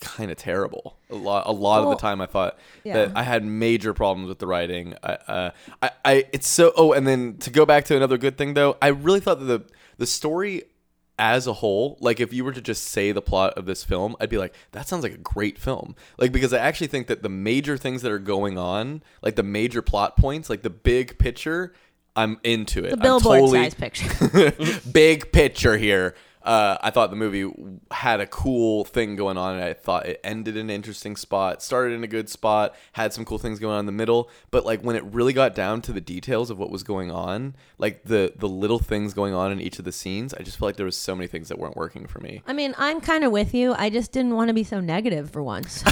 kind of terrible a lot a lot of
Well,
the time i thought
yeah.
that i had major problems with the writing I, uh, I i it's so oh and then to go back to another good thing though i really thought that the the story as a whole like if you were to just say the plot of this film i'd be like that sounds like a great film like because i actually think that the major things that are going on like the major plot points like the big picture i'm into it
the
I'm
billboard
totally- *laughs*
size picture.
big picture here. Uh, I thought the movie had a cool thing going on, and I thought it ended in an interesting spot, started in a good spot, had some cool things going on in the middle. But like when it really got down to the details of what was going on, like the the little things going on in each of the scenes, I just felt like there was so many things that weren't working for me.
I mean, I'm kind of with you. I just didn't want to be so negative for once.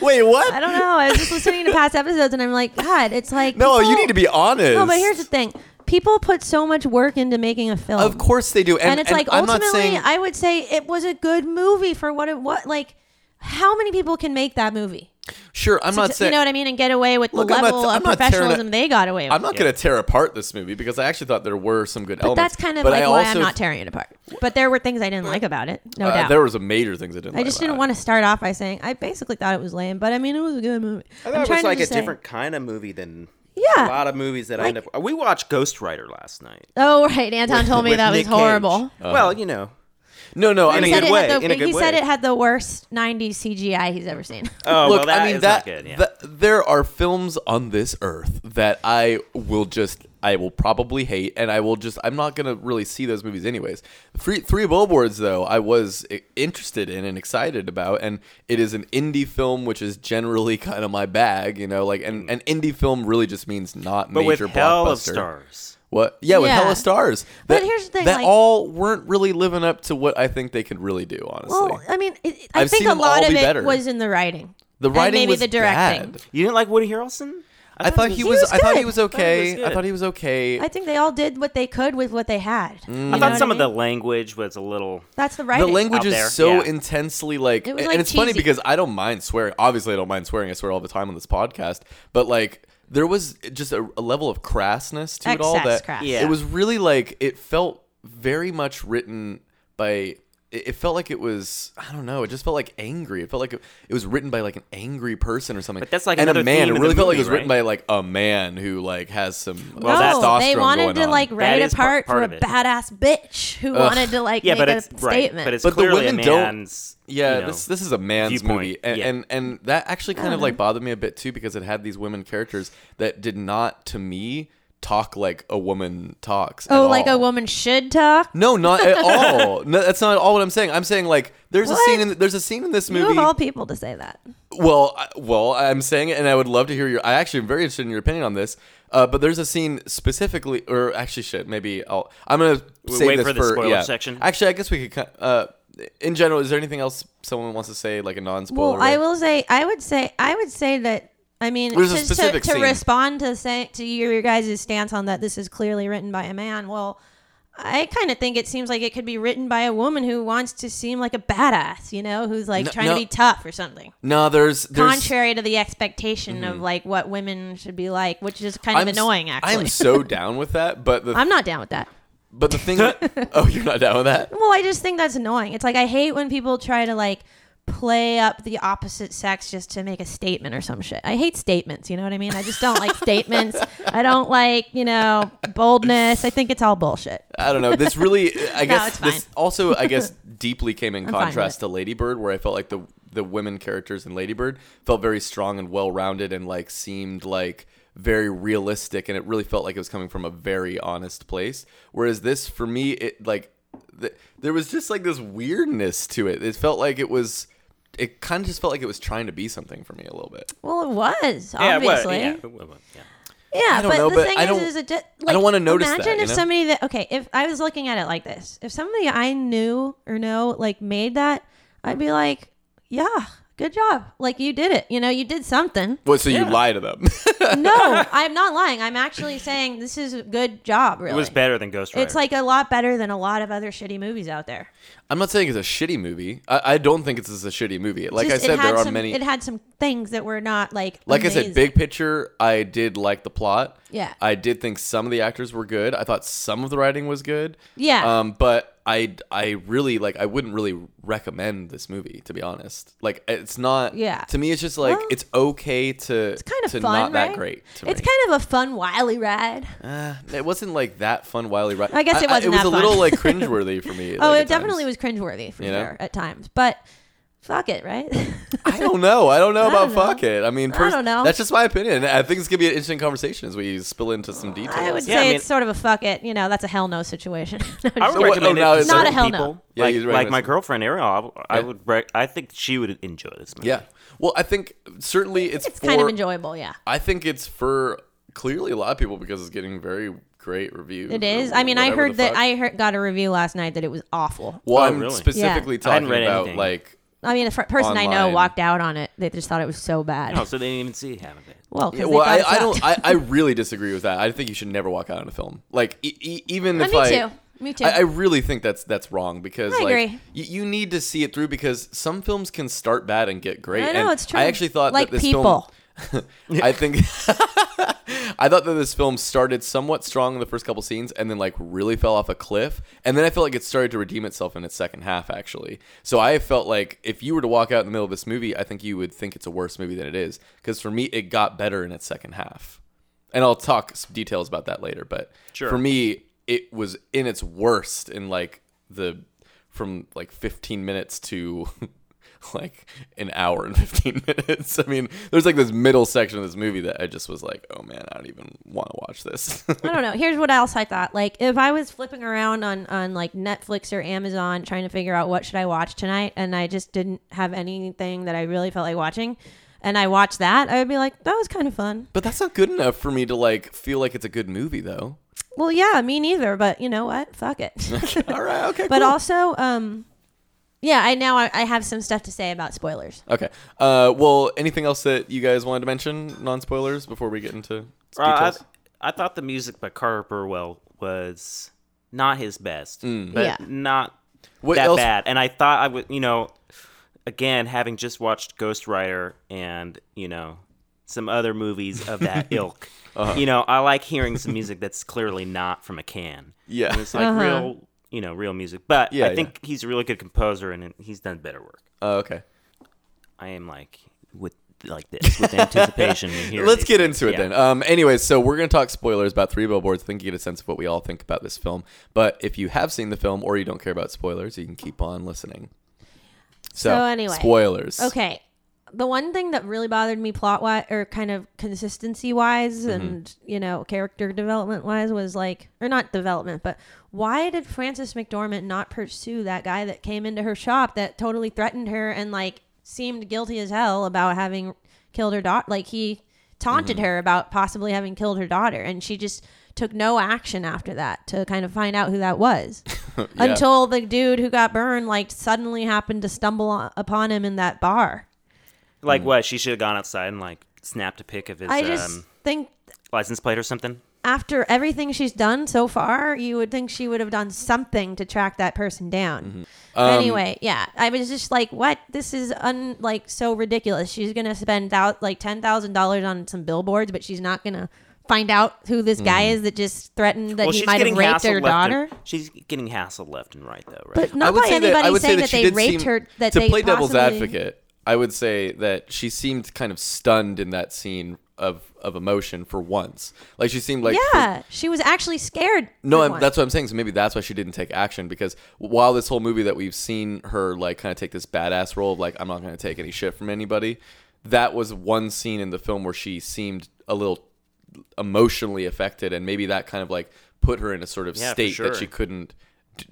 Wait,
I
what?
don't know. I was just listening to past episodes, and I'm like, God, it's like
No, you
people-
need to be honest.
No, but here's the thing: people put so much work into making a film,
Of course they do, and,
and, it's like
I'm not
ultimately,
saying
I would say it was a good movie for what it was. Like, how many people can make that movie?
sure. I'm not
Just-
saying
you know what I mean, and get away with
Look,
the
I'm not-
level
I'm
of
not tearing it-
professionalism they got away with.
I'm not going to tear apart this movie because I actually thought there were some good
but
elements.
that's kind of
but
like
I
why
also
I'm not tearing it apart. But there were things I didn't like about it, no
Uh,
doubt.
there uh, was a major things I didn't.
I just didn't want to start off by saying I basically thought it was lame, but I mean it was a good movie.
I
I'm
thought it
trying
was
to
like a
just say-
different kind of movie than a
Yeah.
lot of movies that I end up. We watched Ghost Rider last night.
Oh right, Anton told me
with
that
Nick
was horrible.
Cage. Uh-huh. Well, you know.
to. No, no. I
And
He
mean,
he
said,
good
it
way,
had the,
in a good
he said
way.
it had the worst '90s CGI he's
*laughs*
ever seen.
Oh,
look.
well, that
I mean,
is
that,
not good. Yeah.
that- there are films on this earth that I will just, I will probably hate, and I will just, I'm not gonna really see those movies anyways. Three, three billboards though, I was i- interested in and excited about, and it is an indie film, which is generally *laughs* kind of my bag, you know. Like, and an indie film really just means not
Mm. but with
major
Hell of
blockbuster.
Stars.
What? Yeah, with
Yeah.
Hella Stars.
But
That,
here's the thing,
that
like-
all weren't really living up to what I think they could really do. Honestly,
Well, I mean, it, it- I
I've
think
seen
a
them all
lot of
be
it
better.
was in the writing.
the
and
writing
maybe
was
the directing.
bad.
You didn't like Woody Harrelson?
I thought he was.
was
I thought
good.
he was
I thought he was
okay. I
good.
thought he was okay.
I think they all did what they could with what they had.
I thought some of the language was a little.
That's the
the
writing.
language
out
is
there,
so
yeah.
intensely like,
It was,
and
like,
it's funny
cheesy.
because I don't mind swearing. Obviously, I don't mind swearing. I swear all the time on this podcast, but like there was just a, a level of crassness to it all
Excess
that
crass.
Yeah.
it was really like it felt very much written by. It it felt like it was I don't know. It just felt like angry. It felt like it, it was written by like an angry person or something.
But that's, like,
and a
another
man.
theme
It
of the
really felt like it was
movie,
written by
right?
like a man who like has some
Well, that's-
no, they
testosterone
wanted
going
to
on.
like write
is
a
par-
part,
part
for
of
a
it.
badass bitch who
Ugh.
wanted to like
Yeah,
make
but
a
it's
statement.
right. But it's
But the
clearly a
women don't-
man's.
Yeah,
you know,
this this is a man's
viewpoint.
movie, and,
Yeah.
and and that actually kind of
Mm-hmm.
like bothered me a bit too because it had these women characters that did not, to me, talk like a woman talks. at
oh, like
all.
a woman should talk.
No, not
*laughs*
at all. No, that's not at all what I'm saying. I'm saying like there's a scene
What?
in there's a scene in this
You
movie.
of all people to say that.
Well, I, well, I'm saying it, and I would love to hear your. I actually am very interested in your opinion on this. Uh, but there's a scene specifically, or actually, shit. Maybe I'll. I'm gonna
We'll
save
wait
this
for the spoiler
yeah.
section.
Actually, I guess we could. cut- Uh, in general, is there anything else someone wants to say, like a non-spoiler?
Well, I
way?
will say, I would say, I would say that. I mean,
There's a
just to,
specific
to
scene.
respond to say to your, your guys' stance on that, this is clearly written by a man. Well, I kind of think it seems like it could be written by a woman who wants to seem like a badass, you know, who's like
No-
trying
no.
to be tough or something.
No, there's, there's
Contrary to the expectation of like what women should be like, which is kind of
s-
annoying. Actually,
I'm so down with that, but the
*laughs* I'm not down with that.
but the thing.
*laughs*
oh, you're not down with that.
Well, I just think that's annoying. It's like I hate when people try to like play up the opposite sex just to make a statement or some shit. I hate statements, you know what I mean? I just don't like
*laughs*
statements. I don't like, you know, boldness. I think it's all bullshit.
I don't know. This
*laughs*
really, I guess,
it's fine.
this also, I guess, deeply came
*laughs*
in
fine with
contrast
it.
to Ladybird, where I felt like the the women characters in Ladybird felt very strong and well rounded, and like seemed like very realistic, and it really felt like it was coming from a very honest place. Whereas this, for me, it like th- there was just like this weirdness to it. It felt like it was. It kind of just felt like it was trying to be something for me a little bit.
Well, it was,
Yeah, well,
obviously.
yeah,
Yeah,
well, well, yeah.
don't
but
know,
the
but
thing
I
is,
don't-
is it just,
I
like,
don't wanna notice that,
Imagine
you
if
know?
somebody that, okay, if I was looking at it like this, if somebody I knew or know, like, made that, I'd be like, yeah, good job. Like, you did it. You know, you
*laughs*
did something.
Well, so you lie to them. *laughs*
no, I'm not lying. I'm actually saying this is a good job. Really,
It was better than Ghost Rider.
It's like a lot better than a lot of other shitty movies out there.
I'm not saying it's a shitty movie. I, I don't think it's just a shitty movie. Like
Just
I said,
it had
there are
some,
many.
It had some things that were not like.
like I said,
amazing.
big picture, I did like the plot.
Yeah.
I did think some of the actors were good. I thought some of the writing was good.
Yeah.
Um, but I I really like I wouldn't really recommend this movie to be honest. Like it's not.
Yeah.
To me, it's just like
Well,
it's okay to. It's
Kind of
to
fun,
not that
right?
great. To
it's
me.
kind of a fun wily ride.
Uh, it wasn't like that fun while you ride.
I guess it wasn't
it was
that
a
fun.
little
*laughs*
like cringeworthy for me.
oh,
like,
it
at
definitely
times.
was cringeworthy for
You know?
sure at times, but fuck it, right? *laughs*
I don't know. I don't know about
don't know.
fuck it. I mean,
I don't know.
That's just my opinion. I think it's gonna be an interesting conversation as we spill into some details.
I would
Yeah, I
say
mean-
it's sort of a fuck it. You know, that's a hell no situation. *laughs* No, I'm
I
just
would
what-
kidding.
recommend
oh, now
it
it's
to
Not
certain
a hell no.
people.
Yeah,
like,
you'd
like
recommend
my
it.
girlfriend Ariel, I, w- I
Yeah.
would. Rec- I think she would enjoy this movie.
Yeah. Well, I think certainly it's,
It's kind of
for-
enjoyable, yeah.
I think it's for clearly a lot of people because it's getting very great reviews.
It
or
is. I mean, I
whatever
heard
the
that
fuck.
I heard, got a review last night that it was awful.
Well,
Oh,
I'm
really?
specifically
Yeah.
I
talking
hadn't
about
read anything.
like.
I mean, the fr- person I know
Online.
walked out on it. They just thought it was so bad.
Oh, so they didn't even see half of it.
Well, 'cause
Yeah,
they
well,
thought
I,
it
I don't.
*laughs* sucked.
I, I really disagree with that. I think you should never walk out on a film. Like, e- e- even
Uh,
if
me
I.
too. Me too.
I, I really think that's that's wrong because
I
like
agree.
You, you need to see it through because some films can start bad and get great.
I know,
and
it's true.
I actually thought
Like
that this
People.
film. *laughs* I think I thought that this film started somewhat strong in the first couple scenes and then like really fell off a cliff. And then I felt like it started to redeem itself in its second half actually. So I felt like if you were to walk out in the middle of this movie, I think you would think it's a worse movie than it is because for me it got better in its second half. And I'll talk some details about that later, but
Sure.
for me it was in its worst in like the from like 15 minutes to *laughs* like an hour and 15 *laughs* minutes. I mean, there's like this middle section of this movie that I just was like, oh man, I don't even want to watch this. *laughs*
I don't know. Here's what else I thought. Like, if I was flipping around on on like Netflix or Amazon trying to figure out what should I watch tonight, and I just didn't have anything that I really felt like watching, and I watched that, I would be like, that was kind of fun.
*laughs*
but that's not good enough for me to like feel like it's a good movie though.
Well, yeah, me neither. But you know what?
*laughs*
Fuck it.
All right. Okay.
but
cool.
also, um, yeah, I now I, I have some stuff to say about spoilers.
Okay. Uh, well, anything else that you guys wanted to mention, non spoilers, before we get into
Uh,
details?
I, I thought the music by Carter Burwell was not his best, but
Yeah.
not
Mm. What
that
else-
bad. And I thought I would, you know, again having just watched Ghost Rider and you know some other movies
*laughs*
of that ilk,
Uh-huh.
you know, I like hearing some music that's clearly not from a can.
Yeah.
and it's like real, you know, real music. But
Yeah, yeah.
I think he's a really good composer, and he's done better work.
Uh, okay.
I am like with like this
*laughs*
with anticipation. to hear
Let's
these
get
things.
into it
Yeah.
then. Um, anyways, so we're going to talk spoilers about Three Billboards. I think you get a sense of what we all think about this film. But if you have seen the film or you don't care about spoilers, you can keep on listening. So,
So anyway.
spoilers.
Okay. The one thing that really bothered me plot wise or kind of consistency wise and, you know, character development wise was like or not development, but why did Frances McDormand not pursue that guy that came into her shop that totally threatened her and like seemed guilty as hell about having killed her daughter like he taunted her about possibly having killed her daughter and she just took no action after that to kind of find out who that was until the dude who got burned like suddenly happened to stumble o- upon him in that bar.
Like what? She should have gone outside and like snapped a pic of his
I just
um,
think
license plate or something.
after everything she's done so far, you would think she would have done something to track that person down. anyway, yeah, I was just like, what? This is un like so ridiculous. She's gonna spend thou- like ten thousand dollars on some billboards, but she's not gonna find out who this guy is that just threatened that
well,
he
she's
might
getting
have raped
hassled
her
left
daughter.
And, she's getting hassled left and right though, right?
But not by anybody saying that,
she
they
did
raped
seem-
her. That
to
they
play devil's
possibly-
advocate, I would say that she seemed kind of stunned in that scene of of emotion for once. Like she seemed like for-
Yeah, she was actually scared.
No,
for
I'm,
once.
that's what I'm saying. So maybe that's why she didn't take action because while this whole movie that we've seen her like kind of take this badass role of like I'm not going to take any shit from anybody, that was one scene in the film where she seemed a little emotionally affected, and maybe that kind of like put her in a sort of
Yeah, for
state
sure.
that she couldn't.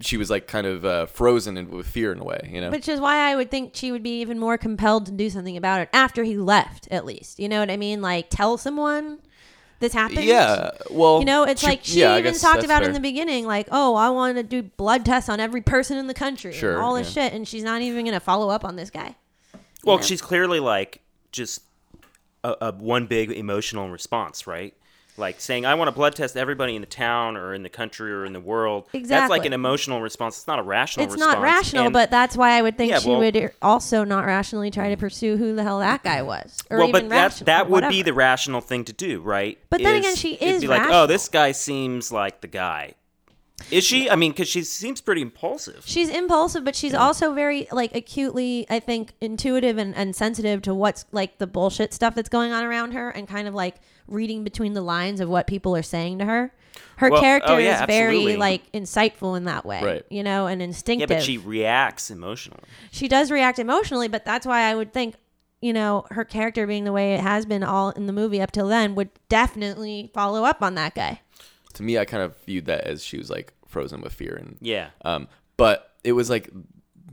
She was like kind of uh, frozen in, with fear in a way, you know.
Which is why I would think she would be even more compelled to do something about it after he left, at least. You know what I mean? Like, tell someone this happened.
yeah, well,
You know, it's
she-
like she
yeah, I
even
guess
talked
that's
about in
fair.
the beginning, like, oh, I want to do blood tests on every person in the country
Sure,
and all this shit. And she's not even going to follow up on this guy.
well, she's clearly like just a, a one big emotional response, right? Like saying, "I want to blood test everybody in the town or in the country or in the world." That's like
Exactly.
an emotional response. It's not a rational.
It's
response.
not rational,
And-
but that's why I would think
Yeah,
she
well-
would also not rationally try to pursue who the hell that guy was. Or
well,
even
but that
rational,
that would be
whatever.
the rational thing to do, right?
But then again, she
it'd
is
be like,
rational.
"Oh, this guy seems like the guy." Is she? I mean, because she seems pretty impulsive.
she's impulsive but she's also very like acutely i think intuitive and, and sensitive to what's like the bullshit stuff that's going on around her and kind of like reading between the lines of what people are saying to her her
Well,
character
oh, yeah,
is very
absolutely.
like insightful in that way
Right.
you know and
Yeah,
instinctive
but she reacts emotionally.
she does react emotionally but that's why i would think you know her character being the way it has been all in the movie up till then would definitely follow up on that guy
to me, I kind of viewed that as she was like frozen with fear and
Yeah.
Um, but it was like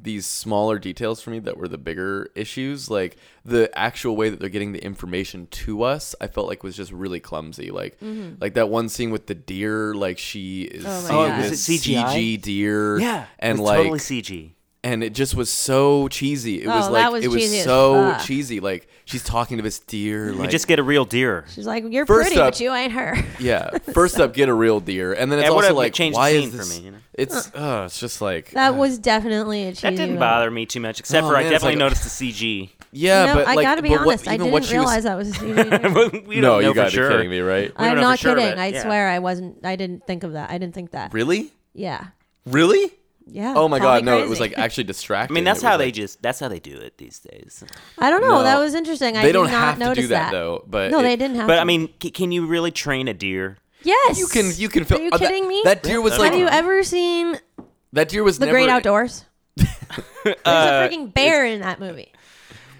these smaller details for me that were the bigger issues. Like the actual way that they're getting the information to us, I felt like was just really clumsy. Like like that one scene with the deer, like she is
Mm-hmm. Oh,
seeing
was
this
it CGI?
CG deer. And
it's
like
totally CG.
and it just was so cheesy. It was
Oh, that
like
was
it was
cheesy as
so
fuck.
cheesy. Like she's talking to this deer like
You just get a real deer.
she's like you're
First
pretty
up-
but you ain't her
*laughs*
*laughs*
Yeah. First up, get a real deer. And then it's
That would've
also like
changed the
why
scene
is
for
this?
me, you know?
It's uh, it's just like
that was definitely a cheesy
That didn't
moment.
bother me too much, except
Oh,
for I
man, it's
definitely
like-
noticed
*laughs*
the CG.
yeah,
no,
but
I
like,
gotta be
but what-
honest. I
even
didn't
what she was-
realize
*laughs*
that was a CG.
we
no,
don't know
you
for
gotta
sure.
be kidding me, right?
don't
I'm
know for
not
sure,
kidding.
but
I
yeah.
swear I wasn't. I didn't think of that. I didn't think that.
Really?
Yeah.
Really?
Yeah.
Oh my
Call me
god, no, it was
crazy.
like actually distracting.
I mean, that's
It was
how
like-
they just that's how they do it these days.
I don't know.
No.
that was interesting. I
They
did
don't
not
have to do
notice
that, though, but
no,
it-
they didn't have.
But
to.
I mean, c- can you really train a deer?
yes.
You can you can feel
Are you
uh, that-
kidding me?
That deer was
Have e-
like
have you ever seen
that deer was
The
never *laughs*
Great Outdoors? There's a freaking bear in that movie.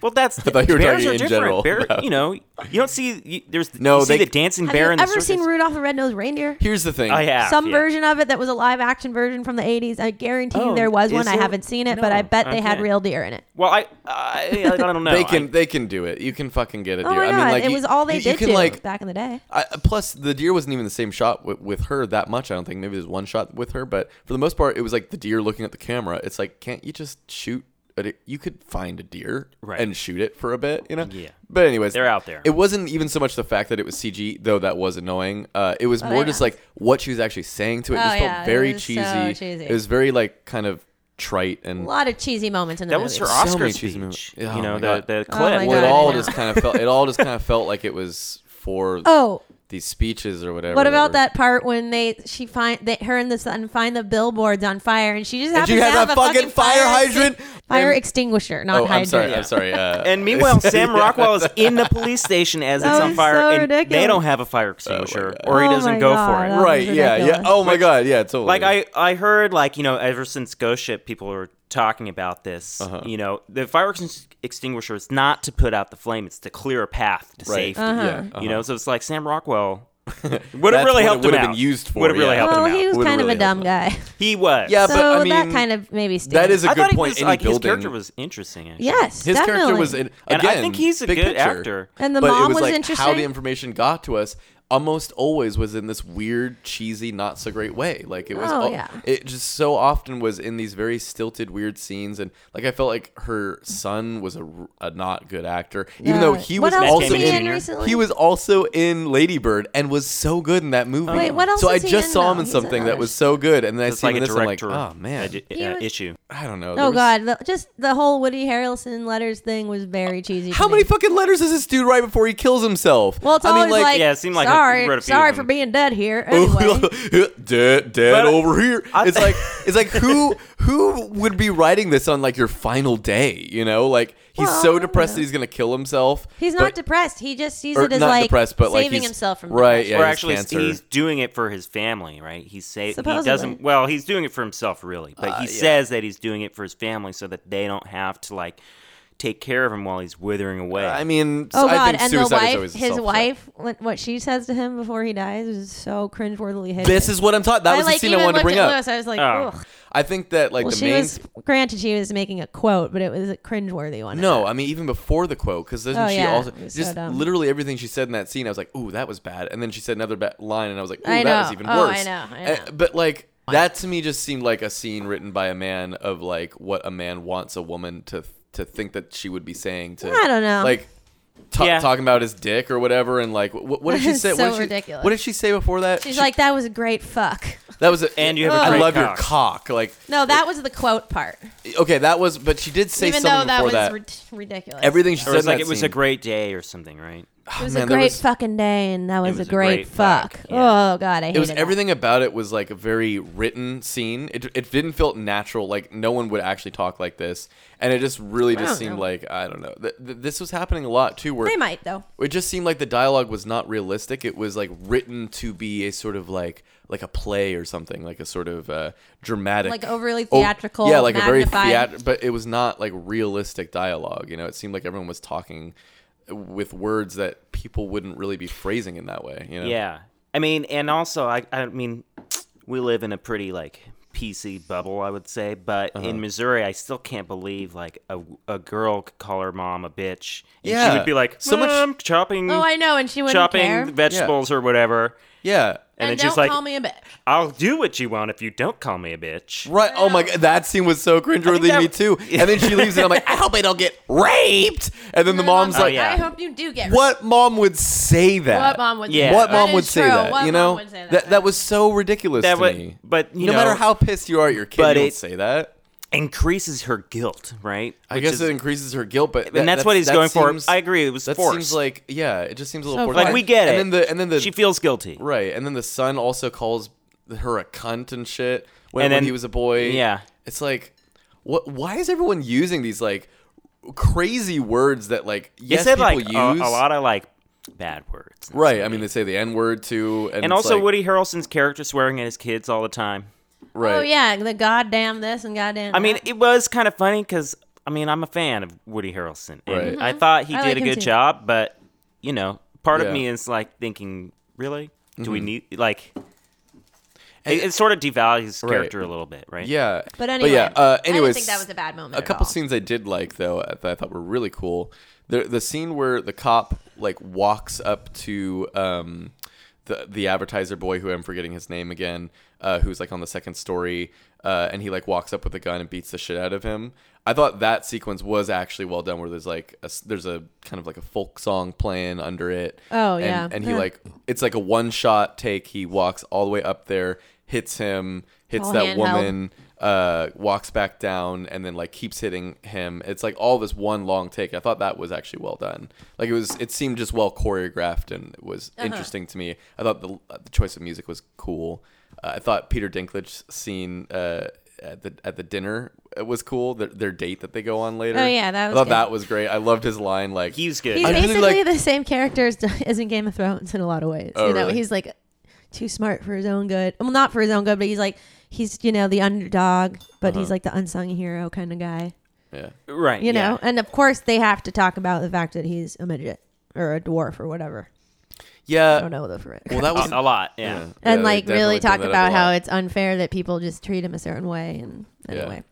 Well, that's I
thought you were
bears
talking
are
in
different.
general
Bear,
about-
you know, you don't see you, there's
No,
you see
they-
the dancing
Have
bear
you
in the
ever seen
circus.
Rudolph the Red-Nosed Reindeer?
Here's the thing.
I have
Some
Oh, yeah.
version of it that was a live action version from the 80s. I guarantee
Oh,
you there was
is
one. I
there?
haven't seen it, but
No,
I bet they had
okay.
real deer in it.
Well, I I,
*laughs*
I don't know.
They can
I-
they can do it. You can fucking get it.
Oh
deer.
my
I
god,
mean, like
it
you-
was all they
you,
did
You can
to
like.
back in the day.
I, plus, the deer wasn't even the same shot with, with her that much. I don't think. Maybe there's one shot with her, but for the most part, it was like the deer looking at the camera. It's like, can't you just shoot? A deer? You could find a deer
Right.
and shoot it for a bit, you know.
Yeah.
But anyways,
They're out there.
It wasn't even so much the fact that it was CG, though that was annoying. Uh, it was
Oh,
more
yeah.
just like what she was actually saying to it. it
Oh,
just
yeah,
felt
it
very
was so
cheesy.
cheesy.
It was very like kind of trite
A
and
lot of cheesy moments in the
that
movie.
was her
So many
Oscar
cheesy
speech.
movies. Oh
you know
my
the
God.
the
Oh
clip.
my
well, it
God,
all
yeah.
just kind of felt. It all just kind of felt like it was for
*laughs* Oh,
these speeches or whatever.
what about
were-
that part when they she find that her and the son find the billboards on fire and she just
Did
happens
you
to
have
have
that
a
fucking fire
extin-
hydrant?
fire
And-
extinguisher, not
Oh,
hydrant.
I'm sorry. I'm sorry. Uh,
*laughs*
*laughs*
And meanwhile, Sam Rockwell is in the police station as
That
it's on
was
fire,
so
and
ridiculous.
they don't have a fire extinguisher,
God.
or he
Oh
doesn't
my
go
God,
for it.
that was
right. Yeah. Yeah.
ridiculous.
Oh my god. Yeah. Totally.
Like I, I heard like you know ever since Ghost Ship people were talking about this.
Uh-huh.
You know the fire ex- extinguisher is not to put out the flame; it's to clear a path to
Right.
safety.
Uh-huh. Yeah, uh-huh.
You know, so it's like
*laughs*
Sam Rockwell *laughs* would
That's
have
what
really
it
helped
would
him
have
out.
been used for,
Would have really
yeah.
helped
Well,
him out.
he was
Would've
kind of
really
a dumb
helped
guy.
He was.
Yeah,
So
But, I
that
mean,
kind of maybe stinks.
that is a
I
good
thought he
point.
was,
Any
like,
building.
his character was interesting. Actually.
yes,
His
definitely.
character was in,
And I
again,
think he's a
big
good
picture.
actor.
And the
but it
mom
was,
was
like How the
interesting?
information got to us almost always was in this weird, cheesy, not so great way. Like it was,
Oh,
al-
yeah.
it just so often was in these very stilted, weird scenes, and like I felt like her son was a, r- a not good actor, even
No.
though he
What
was
else
was
also
he in
recently?
he was also in Lady Bird and was so good in that movie.
Wait, what else
So
is
I
he
just
in,
saw him
though?
in
He's
something that
another.
was so good, and then I
It's
see him
like
in
a
this, I'm like,
director.
oh man,
adi-
He
uh,
was-
issue.
I don't know. There
Oh
was-
god, the, just the whole Woody Harrelson letters thing was very cheesy. to
How
me.
many fucking letters does this dude write before he kills himself? *laughs*
Well, it's
I
always
mean,
like,
Yeah, it seemed like he
sorry,
wrote a few
sorry
of
for
them.
being
*laughs*
dead here. Anyway,
dead, dead
But-
over here.
I-
it's like it's like who who would be writing this on like your final day? You know, like he's
Well, I
so
don't
depressed
know.
that he's gonna kill himself.
he's not
but-
depressed. He just sees
or
it as
not
like
depressed, but like
saving
he's-
himself from
right,
depression.
yeah.
or
his
actually,
cancer.
he's doing it for his family, right? He's say he
Supposedly.
doesn't. Well, he's doing it for himself, really, but he
Uh, yeah.
says that he's doing it for his family so that they don't have to like take care of him while he's withering away.
I mean,
Oh
I
god,
think
and the
suicide is
wife,
always a
his
self-threat.
wife, what- what she says to him before he dies is so cringeworthy. hideous.
This is what I'm talking. That was
I, like,
the scene
even
I wanted to
looked
bring
at
up.
Lewis, I was like,
Oh.
ugh.
I think that like
Well,
the
she
main
was granted she was making a quote, but it was a cringeworthy one.
No, I mean even before the quote, because doesn't
Oh,
she
yeah.
also
It was so
just
dumb.
literally everything she said in that scene? I was like, "Ooh, that was bad," and then she said another ba- line, and I was like, "Ooh,
I
that was
know.
even
Oh, I
worse."
know, I
And-
know.
but like that to me just seemed like a scene written by a man of like what a man wants a woman to to think that she would be saying to.
I don't know.
Like. ta-
Yeah.
Talking about his dick or whatever, and like, what, what did
*laughs*
she say?
So
what did she,
ridiculous.
What did she say before that?
she's
She-
like, that was a great fuck.
"That was a,
And you have a
I
great
love your
cock.
cock." Like,
No, that was the quote part.
okay, that was, but she did say
Even though
something
that
before
was
that.
rid- ridiculous.
Everything she
Or
said,
it's
in
like
that
it was
scene-
a oh, great day or something, right?
It was
man,
a
there
great
was-
fucking day, and that was,
was
a
a
great,
great
fuck.
fuck, yeah.
Oh god, I hated
it was
that.
everything about it was like a very written scene. It, it didn't feel natural. Like no one would actually talk like this, and it just really
don't
just seemed
know.
like I don't know. Th- th- this was happening a lot too. Where
They might though.
it just seemed like the dialogue was not realistic. It was like written to be a sort of like like a play or something, like a sort of uh, dramatic,
Like overly
Oh,
theatrical,
yeah, like a very
magnified.
theat- but it was not like realistic dialogue. You know, it seemed like everyone was talking with words that people wouldn't really be phrasing in that way. You know,
Yeah. I mean, and also, I, I mean, we live in a pretty like PC bubble, I would say. But
Uh-huh.
in Missouri, I still can't believe like a, a girl could call her mom a bitch. And
Yeah.
She would be like,
So
so
much-
much chopping,
Oh, I know, and she wouldn't
chopping
care.
vegetables or whatever.
yeah.
And,
and
it's
don't
just like,
call me a bitch.
I'll do what you want if you don't call me a bitch.
Right. Oh my god, that scene was so cringeworthy to
that-
me too. And then she leaves, and I'm like, I hope I don't get raped. And then the mom's
Oh,
like,
yeah.
I hope you do get
What mom would say that?
What mom would say
Yeah.
that?
What
That
mom
is
would say
true.
that?
What
you
mom
know,
would say that?
that was so ridiculous
That
to
would-
me.
but, you
no matter
know-
how pissed you are at your kid,
But
you don't
it-
say that.
Increases her guilt, right?
I
Which
guess
is-
it increases her guilt, but that-
and that's, what he's
that
going
seems-
for. I agree. It was
That
forced.
seems like yeah, it just seems a
So
little forced.
like we get it.
And then the and then the
she feels guilty.
right, and then the son also calls her a cunt and shit when,
And
when
then-
he was a boy.
Yeah.
It's like, what? Why is everyone using these like crazy words that like
They
yes
said
people
like
use?
a, a lot of like bad words.
Right. I mean, they say the N word too, and, it's
And also
like,
Woody Harrelson's character swearing at his kids all the time.
Right.
Oh yeah, the goddamn this and goddamn.
I mean,
that.
it was kind of funny because I mean, I'm a fan of Woody Harrelson,
Right.
and I thought he
I
did
like
a
him
good
too.
job. But you know, part
Yeah. Mm-hmm.
of me is like thinking, really, do we need like? It, it sort of devalues his
Right.
character a little bit, right?
Yeah.
But anyway,
yeah, uh,
I
anyways,
don't think that was a bad moment.
a
at
couple
all.
scenes I did like though uh, that I thought were really cool. The the scene where the cop like walks up to um the the advertiser boy who I'm forgetting his name again, uh, who's like on the second story, uh, and he like walks up with a gun and beats the shit out of him. I thought that sequence was actually well done, where there's like a, s- there's a kind of like a folk song playing under it.
Oh,
and,
yeah.
and he
Yeah.
like it's like a one shot take. He walks all the way up there, hits him, hits
All
that
handheld.
woman, uh, walks back down and then like keeps hitting him. It's like all this one long take. I thought that was actually well done. Like it was, it seemed just well choreographed and it was
Uh-huh.
interesting to me. I thought the uh, the choice of music was cool. Uh, I thought Peter Dinklage's scene uh, at the at the dinner uh, was cool. Their, their date that they go on later.
Oh, yeah, that
I
was
thought
good.
that was great. I loved his line like
he's good.
He's
I really
basically
like-
the same character as, *laughs* as in Game of Thrones in a lot of ways.
Oh,
you know,
really?
he's like too smart for his own good. Well, not for his own good, but he's like he's you know the underdog, but
Uh-huh.
he's like the unsung hero kind of guy.
yeah.
right?
You
yeah.
know, and of course they have to talk about the fact that he's a midget or a dwarf or whatever. I
Yeah.
don't know the for
Well, that was
a, a lot. Yeah.
*laughs* and like really talk about how it's unfair that people just treat him a certain way and
Yeah.
anyway.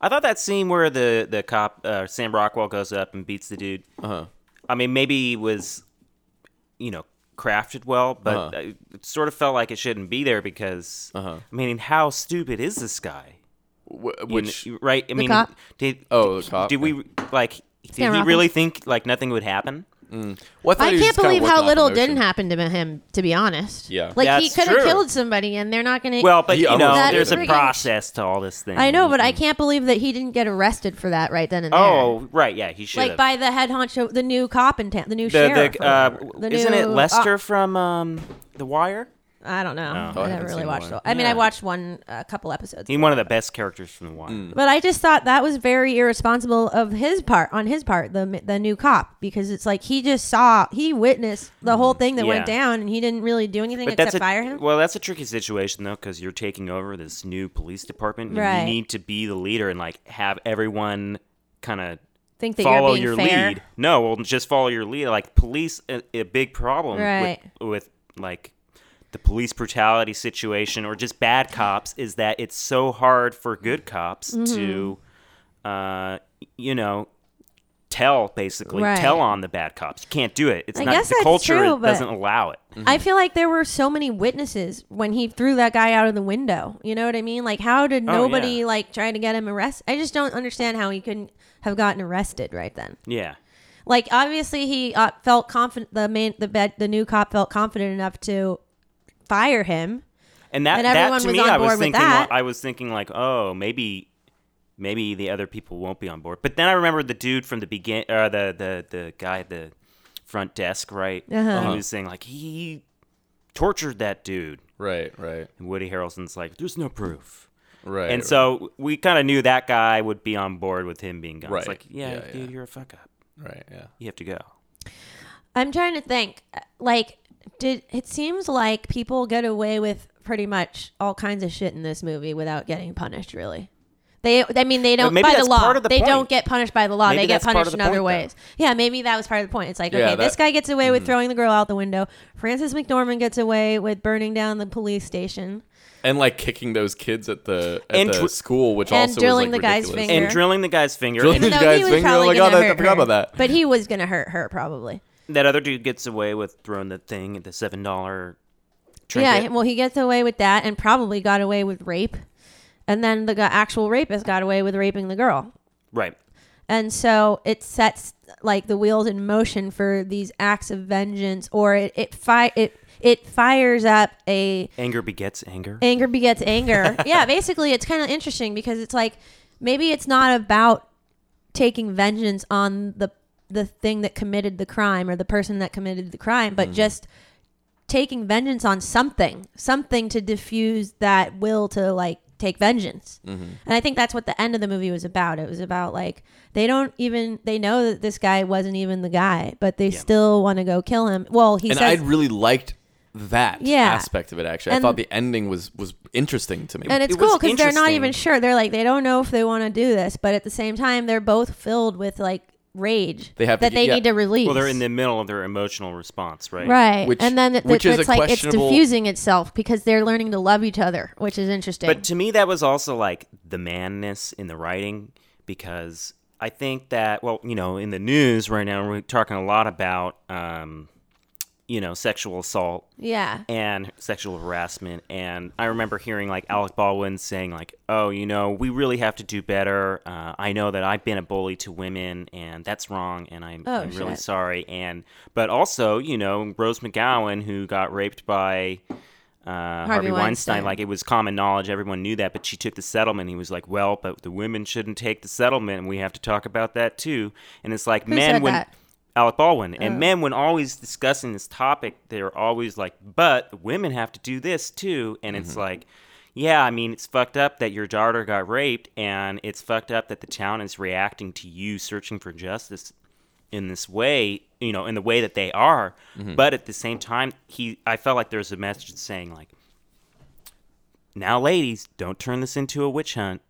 I thought that scene where the the cop uh, Sam Rockwell goes up and beats the dude.
uh
I mean, maybe it was, you know, crafted well, but
Uh-huh.
uh, it sort of felt like it shouldn't be there because,
Uh-huh.
I mean, how stupid is this guy? You kn-
which
you- right? I mean,
cop?
did
Oh, the cop,
Did we like? Did
Sam
he
Rockwell.
really think like nothing would happen?
well, thought
I
he was just
can't
kinda
believe
working
how
off
little
emotion.
didn't happen to him, to be honest.
Yeah.
Like he
That's
could have
true.
killed somebody and they're not gonna
Well, but
He
you know,
almost
did.
there's a
Friggin-
process to all this thing.
I know,
Mm-hmm.
but I can't believe that he didn't get arrested for that right then and there.
Oh, right, yeah, he should.
like by the head honcho, the new cop in town, the new
the,
sheriff.
the,
or
uh,
whatever.
w-
The
isn't it
new- uh,
Lester from um, The Wire?
oh, I don't know.
Oh, I
I
haven't
never really
seen
watched.
The
it. I mean, I
Yeah.
watched one, a couple episodes.
He's one of the best characters from The Wire.
Mm.
But I just thought that was very irresponsible of his part, on his part, the the new cop, because it's like he just saw, he witnessed the whole thing that went
Mm, Yeah.
down, and he didn't really do anything
But
except
that's a,
fire him.
Well, that's a tricky situation though, because you're taking over this new police department. And
Right.
You need to be the leader and like have everyone kind of
Think that
follow
you're being
your
fair.
lead. No, well, just follow your lead. Like police, a, a big problem
Right.
with, with like the police brutality situation or just bad cops is that it's so hard for good cops
Mm-hmm.
to, uh, you know. Tell basically,
Right.
tell on the bad cops. You can't do it. It's
I
not
guess
the
that's
culture
true,
it
but-
doesn't allow it.
I feel like there were so many witnesses when he threw that guy out of the window. You know what I mean? Like, how did
Oh,
nobody
yeah.
like try to get him arrested? I just don't understand how he couldn't have gotten arrested right then.
Yeah.
Like, obviously he uh, felt confident. The main, the bed, the new cop felt confident enough to fire him.
And that,
And
that
everyone
to
was
me,
on
I was
board with
thinking,
that.
I was thinking like, oh, maybe, maybe the other people won't be on board. But then I remember the dude from the begin, uh, the the the guy at the front desk, right?
Uh-huh.
He was saying like he tortured that dude,
Right, right,
and Woody Harrelson's like, there's no proof.
right.
And so we kind of knew that guy would be on board with him being gone.
Right.
It's like, yeah,
Yeah,
dude,
yeah.
you're a fuck up.
right, yeah.
You have to go.
I'm trying to think. uh, Like, did it seems like people get away with pretty much all kinds of shit in this movie without getting punished? Really, they. I mean, they don't
maybe
by the
that's
law.
part of the
they
point.
don't get punished by the law.
Maybe
they get
that's part
punished
of
in
the
other
point,
ways. Yeah, maybe that was part of the point. It's like,
Yeah,
okay, this
that-
guy gets away
mm-hmm.
with throwing the girl out the window. Francis McDormand gets away with burning down the police station.
and like kicking those kids at the at
And
the
dr-
school, which
and
also
drilling
was, like,
the guy's
ridiculous.
finger.
And drilling the guy's finger.
Drilling-
and
Even though
guy's
he was
finger,
probably
like, oh,
gonna
that- I
hurt
forgot
her.
about that.
But he was gonna hurt her probably.
that other dude gets away with throwing the thing at the seven dollar.
Yeah, well, he gets away with that and probably got away with rape. And then the gu- actual rapist got away with raping the girl.
right.
And so it sets like the wheels in motion for these acts of vengeance or it it fi- it it fires up a
Anger begets anger.
anger begets
*laughs*
anger. yeah, basically it's kind of interesting because it's like maybe it's not about taking vengeance on the the thing that committed the crime or the person that committed the crime,
Mm-hmm.
but just taking vengeance on something, something to diffuse that will to like take vengeance.
Mm-hmm.
And I think that's what the end of the movie was about. It was about like they don't even they know that this guy wasn't even the guy, but they still want to go kill him. Well, he
And I
says
really liked that
Yeah.
aspect of it. Actually, I
And-
thought the ending was was interesting to me.
and it's
It was
cool because they're not
interesting.
even sure. They're like they don't know if they want to do this, but at the same time, they're both filled with like rage
They have to
that
get-
they
yeah.
need to release.
Well, they're in the middle of their emotional response, right?
right,
Which-
and then it-
which is
it's
a
like it's
questionable-
diffusing itself because they're learning to love each other, which is interesting.
But to me, that was also like the manness in the writing because I think that, well, you know, in the news right now, we're talking a lot about, um, you know, sexual assault
yeah,
and sexual harassment. And I remember hearing like Alec Baldwin saying, like, oh, you know, we really have to do better. Uh, I know that I've been a bully to women and that's wrong. And I'm,
Oh,
I'm really
shit.
sorry. And, but also, you know, Rose McGowan, who got raped by. Uh, Harvey, Weinstein.
Weinstein.
like it was common knowledge, everyone knew that. But she took the settlement. He was like, "Well, but the women shouldn't take the settlement, and we have to talk about that too." And it's like,
Who
men
said
when
that? Oh.
Alec Baldwin. And men, when always discussing this topic, they're always like, but women have to do this too. And it's like, yeah, I mean, it's fucked up that your daughter got raped, and it's fucked up that the town is reacting to you searching for justice in this way, you know, in the way that they are. But at the same time, he, I felt like there was a message saying, like, now, ladies, don't turn this into a witch hunt.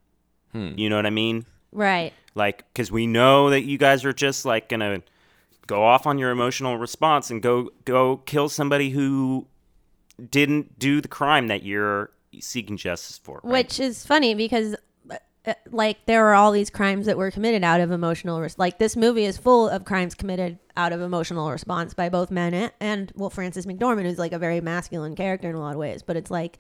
Hmm.
You know what I mean?
right.
like because we know that you guys are just like gonna go off on your emotional response and go go kill somebody who didn't do the crime that you're seeking justice for right?
Which is funny because, uh, like, there are all these crimes that were committed out of emotional. Res- like, this movie is full of crimes committed out of emotional response by both men and, and well, Francis McDormand, who's like a very masculine character in a lot of ways. But it's like,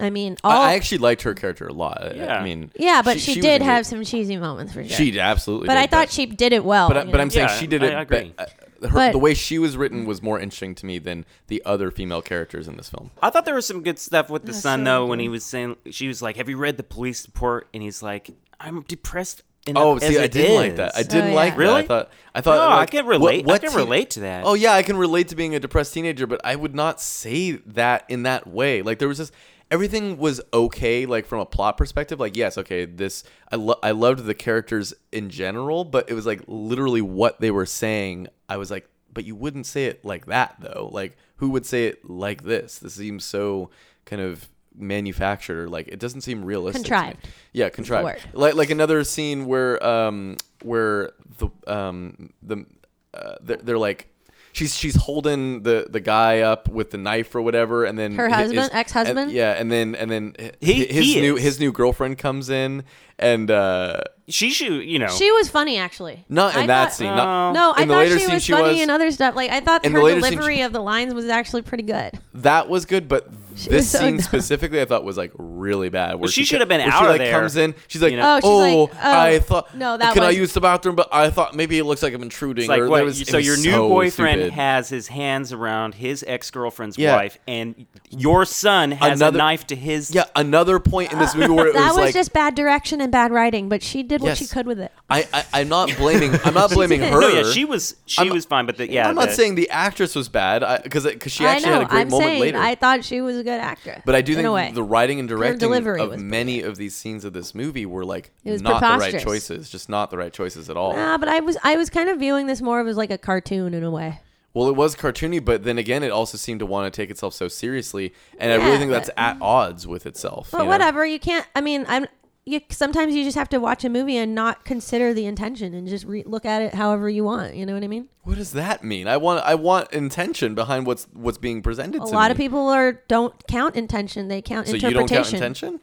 I mean, all
I, I actually liked her character a lot. I- I
Yeah.
mean,
yeah, but she,
was
did
a-
have some cheesy moments for sure.
She absolutely.
but
did,
I thought she did it well.
But I,
you
but
know?
I'm saying
Yeah,
she did
I-
it.
I
be-
agree.
uh, her,
But-
the way she was written was more interesting to me than the other female characters in this film.
I thought there was some good stuff with the son though when he was saying she was like, "Have you read the police report?" And he's like, "I'm depressed." And
Oh, see, I didn't like that. I didn't
Oh, yeah.
like that.
Really?
I thought I thought
No, Oh, I
like,
can relate- I can
teen-
relate to that.
Oh yeah, I can relate to being a depressed teenager, but I would not say that in that way. Like there was just everything was okay like from a plot perspective like yes okay this i lo- i loved the characters in general but it was like literally what they were saying i was like but you wouldn't say it like that though like who would say it like this this seems so kind of manufactured like it doesn't seem realistic to me.
Contrived.
yeah contrived
word.
like like another scene where um where the um the uh, they're, they're like she's she's holding the the guy up with the knife or whatever and then
Her
hi-
husband? Ex-husband?
and- yeah and then and then hi-
He-
his
he
new
is.
his new girlfriend comes in and uh
she should, you know,
she was funny actually.
not in
I
that
thought-
scene not,
No, I
in the
thought
later
she
scene
was
she
funny
was
and other stuff. Like I thought
In the
her
later scene, she-
delivery of the lines was actually pretty good.
that was good but this
was so
scene
dumb.
specifically I thought was like really bad where
she
co-
should have been
where
out
she
of
like
there,
comes in she's like
you know?
Oh, she's
oh,
like, oh,
I thought
no, that
can I
was-
use the bathroom but I thought maybe it looks like I'm intruding
It's like
or
what,
there was- it
so
was
your new
so
boyfriend
stupid.
has his hands around his ex girlfriend's
Yeah.
wife, and your son has
Another-
a knife to his.
yeah another point in this movie where it
*laughs* That was,
was like
just bad direction and bad writing, but she did what she
Yes.
could with it.
I, I I'm not blaming I'm
*laughs*
not blaming her.
No, Oh, yeah, she was she
I'm-
was fine, but the, yeah,
I'm not
the-
saying the actress was bad because because she actually
I know.
had a great
I'm
moment
saying
later.
I thought she was a good actress.
but I do
in a way.
think the writing and directing
delivery
of
was
many of these scenes of this movie were like
was
not the right
preposterous.
choices, just not the right choices at all.
Ah, but I was I was kind of viewing this more of as like a cartoon in a way.
Well, it was cartoony, but then again, it also seemed to want to take itself so seriously, and I really
Yeah,
think that's at odds with itself.
But
you know?
whatever, you can't. I mean, I'm. You, sometimes you just have to watch a movie and not consider the intention and just re- look at it however you want. You know what I mean?
What does that mean? I want I want intention behind what's what's being presented.
A
to
lot
me.
of people are don't count intention; they count
So you don't
interpretation.
count intention.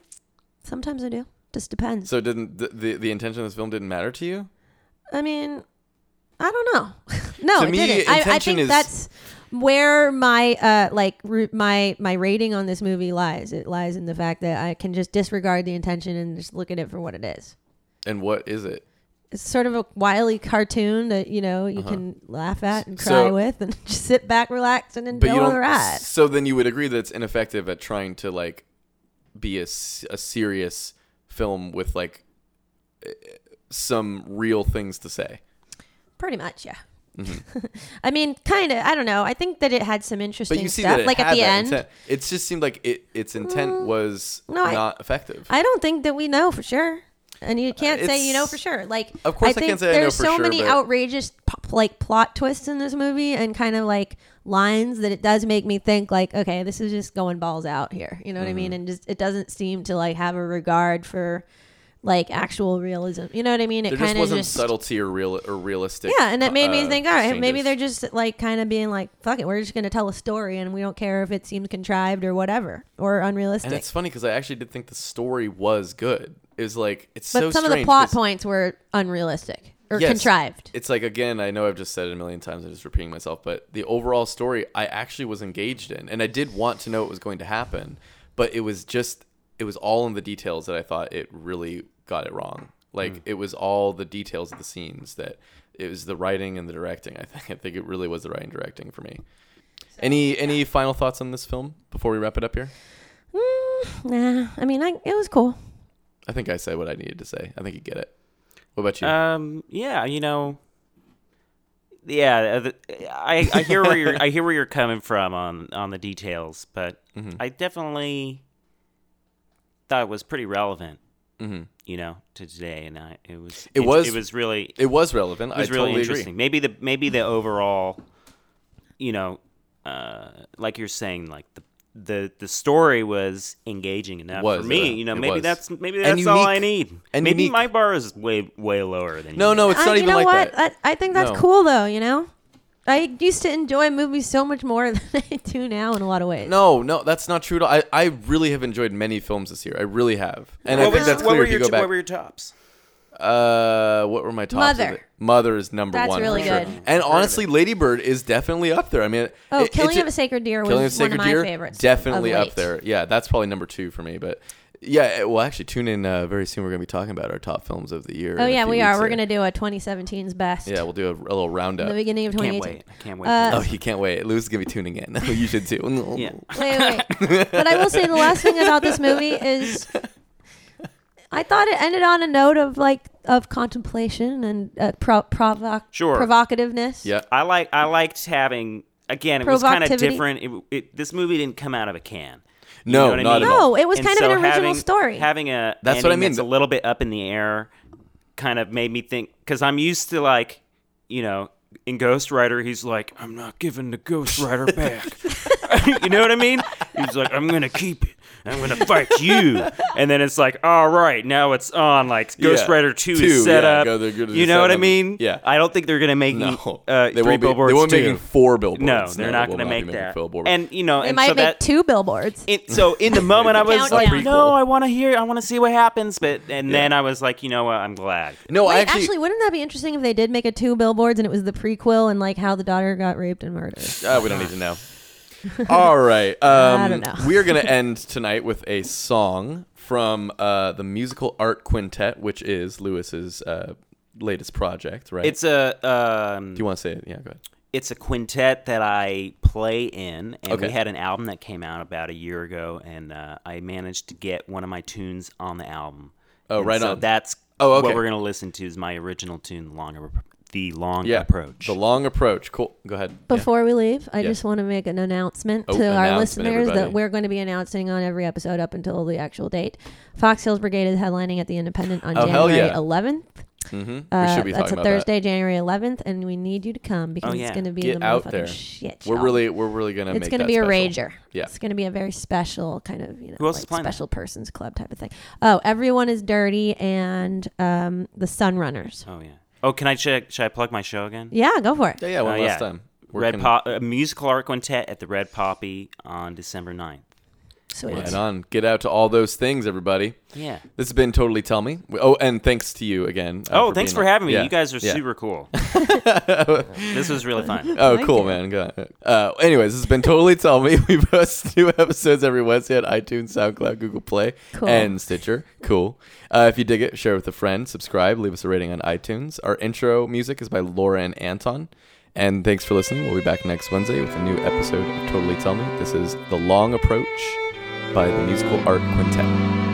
Sometimes I do. Just depends.
So didn't the, the the intention of this film didn't matter to you?
I mean, I don't know. *laughs* no,
To
it
me,
didn't. I, I
intention
think
is-
that's where my uh like ru- my my rating on this movie lies. It lies in the fact that I can just disregard the intention and just look at it for what it is.
And what is it?
It's sort of a wily cartoon that you know you can laugh at and cry
Uh-huh. So-
with, and *laughs* just sit back, relax, and enjoy the ride.
So then you would agree that it's ineffective at trying to like be a, s- a serious film with like eh, some real things to say.
Pretty much, yeah. *laughs* I mean, kind of. I don't know. I think that it had some interesting
Mm-hmm. But you see
stuff,
that it
like
had
at the
that
end. Mm,
Intent. It just seemed like it its intent was
no, I-
not effective.
I don't think that we know for sure. And you can't say you know
It's-
for sure. Like,
Of course I
I think
can't say I know
there's
for
so
sure,
many
but-
outrageous p- like plot twists in this movie, and kind of like lines that it does make me think like, okay, this is just going balls out here. You know what I
Mm-hmm.
mean? And just it doesn't seem to like have a regard for like actual realism. You know what I mean? It
There just
kinda
wasn't subtlety or real or realistic.
yeah, and it made me
uh,
think, all right, maybe
changes.
they're just like kind of being like, fuck it, we're just going to tell a story and we don't care if it seems contrived or whatever or unrealistic.
And it's funny because I actually did think the story was good. It was like it's
but
so
some of the
strange
plot
'cause-
points were unrealistic or
Yes.
contrived.
It's like again, I know I've just said it a million times, I'm just repeating myself, but the overall story I actually was engaged in, and I did want to know what was going to happen, but it was just it was all in the details that I thought it really got it wrong.
Hmm.
Like it was all the details of the scenes that it was the writing and the directing. I *laughs* think I think it really was the writing and directing for me. any any final thoughts on this film before we wrap it up here?
Mm, nah, I mean, I, it was cool.
I think I said what I needed to say. I think you get it. What about you?
Um, yeah, you know, yeah, uh, the, I, I hear where you're I hear where you're coming from on on the details, but
Mm-hmm.
I definitely thought it was pretty relevant, you know, to today, and I it was
Mm-hmm. It was-
it was really it
it was relevant.
was
I
really
totally
interesting.
agree.
Maybe the maybe the overall, you know, uh, like you're saying, like the. The, the story was engaging enough
Was,
for me,
yeah,
you know.
it
Maybe
was.
that's maybe that's
And
all I
unique.
need.
And
maybe
unique.
my bar is way way lower than
No,
yours.
no, it's
I-
not
Uh, you
even
know
like
what?
that.
I, I think that's
No.
cool though. You know, I used to enjoy movies so much more *laughs* than I do now in a lot of ways.
No, no, that's not true at all. I, I really have enjoyed many films this year. I really have, and I
What
think
was-
that's
what
clear
were
if you
your
go
t-
back.
What were your tops?
uh, what were my tops? of
Mother.
it? Mother is number
That's
one. for
really
sure.
good.
And honestly, Ladybird is definitely up there. I mean,
Oh,
it- it
Killing
ju-
of a Sacred Deer was
Killing
one
of a Sacred
of my
Deer,
favorites. of
Definitely up
late.
there. Yeah, that's probably number two for me. But yeah, eh, well, actually, tune in uh, very soon. We're going to be talking about our top films of the year.
Oh
in a
yeah,
few
we are.
weeks
We're
here.
gonna do a 2017's best.
Yeah, we'll do a, a little roundup.
the beginning of
Can't
2018.
wait. I can't wait.
Uh,
Oh, you can't wait. Lou's gonna be tuning in. *laughs* you should too.
yeah.
wait, wait, wait. but I will say the last thing about this movie is I thought it ended on a note of like of contemplation and uh, pro- provoc-
Sure.
provocativeness.
Yeah.
I like. I liked having. Again, it was kind of
Provocativity.
different. It, it, this movie didn't come out of a can. You
No,
know what I
not
mean?
at all.
No, it was
And
kind of
so
an original
having-
story.
Having a
That's what I
ending
mean.
That's a little bit up in the air. Kind of made me think because I'm used to like, you know, in Ghost Rider, he's like, I'm not giving the
*laughs*
Ghost Rider back. *laughs* you know what I mean? He's like, I'm gonna keep it. I'm gonna fight you. And then it's like, all right, now it's on. Like Ghost
Yeah.
Rider Two,
Two,
is set
yeah,
up.
go- they're good to
you
the
know what I
setup.
mean?
Yeah.
I don't think they're gonna make
No,
uh,
they
three
won't be,
billboards.
They won't be
Two.
making four billboards.
No, they're
they
not
will
going to
be
make
making
that.
Four billboards.
And you know,
They
and
might
so
make
that,
two billboards.
It, so
*laughs*
in the moment, I was
Countdown.
like, "No, I want to hear. I want to see what happens." But and then I was like, "You know what? I'm glad."
no,
Wait,
Oh, I
actually,
actually, *laughs*
wouldn't that be interesting if they did make a two billboards and it was the prequel and like how the daughter got raped and murdered?
uh, we don't need to
*laughs*
know. All right, um,
I don't know. *laughs*
we're going to end tonight with a song from uh, the musical art quintet, which is Lewis's uh, latest project, right?
It's a um,
Do you want to say it? Yeah, go ahead.
it's a quintet that I play in, and
Okay.
we had an album that came out about a year ago, and uh, I managed to get one of my tunes on the album.
Oh,
And
right
so
on.
That's
Oh, okay.
what we're gonna listen to is my original tune, the long, Rep- the long
Yeah,
approach.
The long approach. Cool. Go ahead. Yeah.
Before we leave, I
Yeah.
just want to make an announcement
Oh,
to our
announcement,
listeners
everybody.
that we're going to be announcing on every episode up until the actual date. Fox Hills Brigade is headlining at the Independent on
Oh, hell
January
yeah.
11th.
Mm-hmm.
Uh,
we should be talking
that's a
about
Thursday, January 11th, and we need you to come because
Oh,
it's
yeah.
going to be
That. Get
the
out
motherfucking
there.
shit.
We're
show.
really, we're really going to make
It's going to
that
be a
special.
rager.
Yeah.
It's going to be a very special kind of, you know,
Who else is
like
playing that?
special persons club type of thing. Oh, everyone is dirty and um, the Sunrunners.
oh yeah. Oh, can I check? Should I plug my show again?
Yeah, go for it.
Yeah, yeah. One
Uh,
last
yeah.
time. We're
Red
gonna-
Pop, uh, musical art quintet at the Red Poppy on December 9th.
Sweet.
Right on. Get out to all those things, everybody.
Yeah.
This has been totally tell me. Oh, and thanks to you again. uh,
Oh, thanks
being
for
on.
having me.
Yeah,
You guys are
yeah. *laughs*
super cool. this was really fun.
Oh,
Thank
cool,
you.
man. Go on. Uh, anyways, this has been totally tell me. *laughs* We post new episodes every Wednesday at iTunes, SoundCloud, Google Play,
Cool.
and Stitcher. Cool. Uh, if you dig it, share with a friend, subscribe, leave us a rating on iTunes. Our intro music is by Laura and Anton. And thanks for listening. We'll be back next Wednesday with a new episode of Totally Tell Me. This is The Long Approach by the Musical Art Quintet.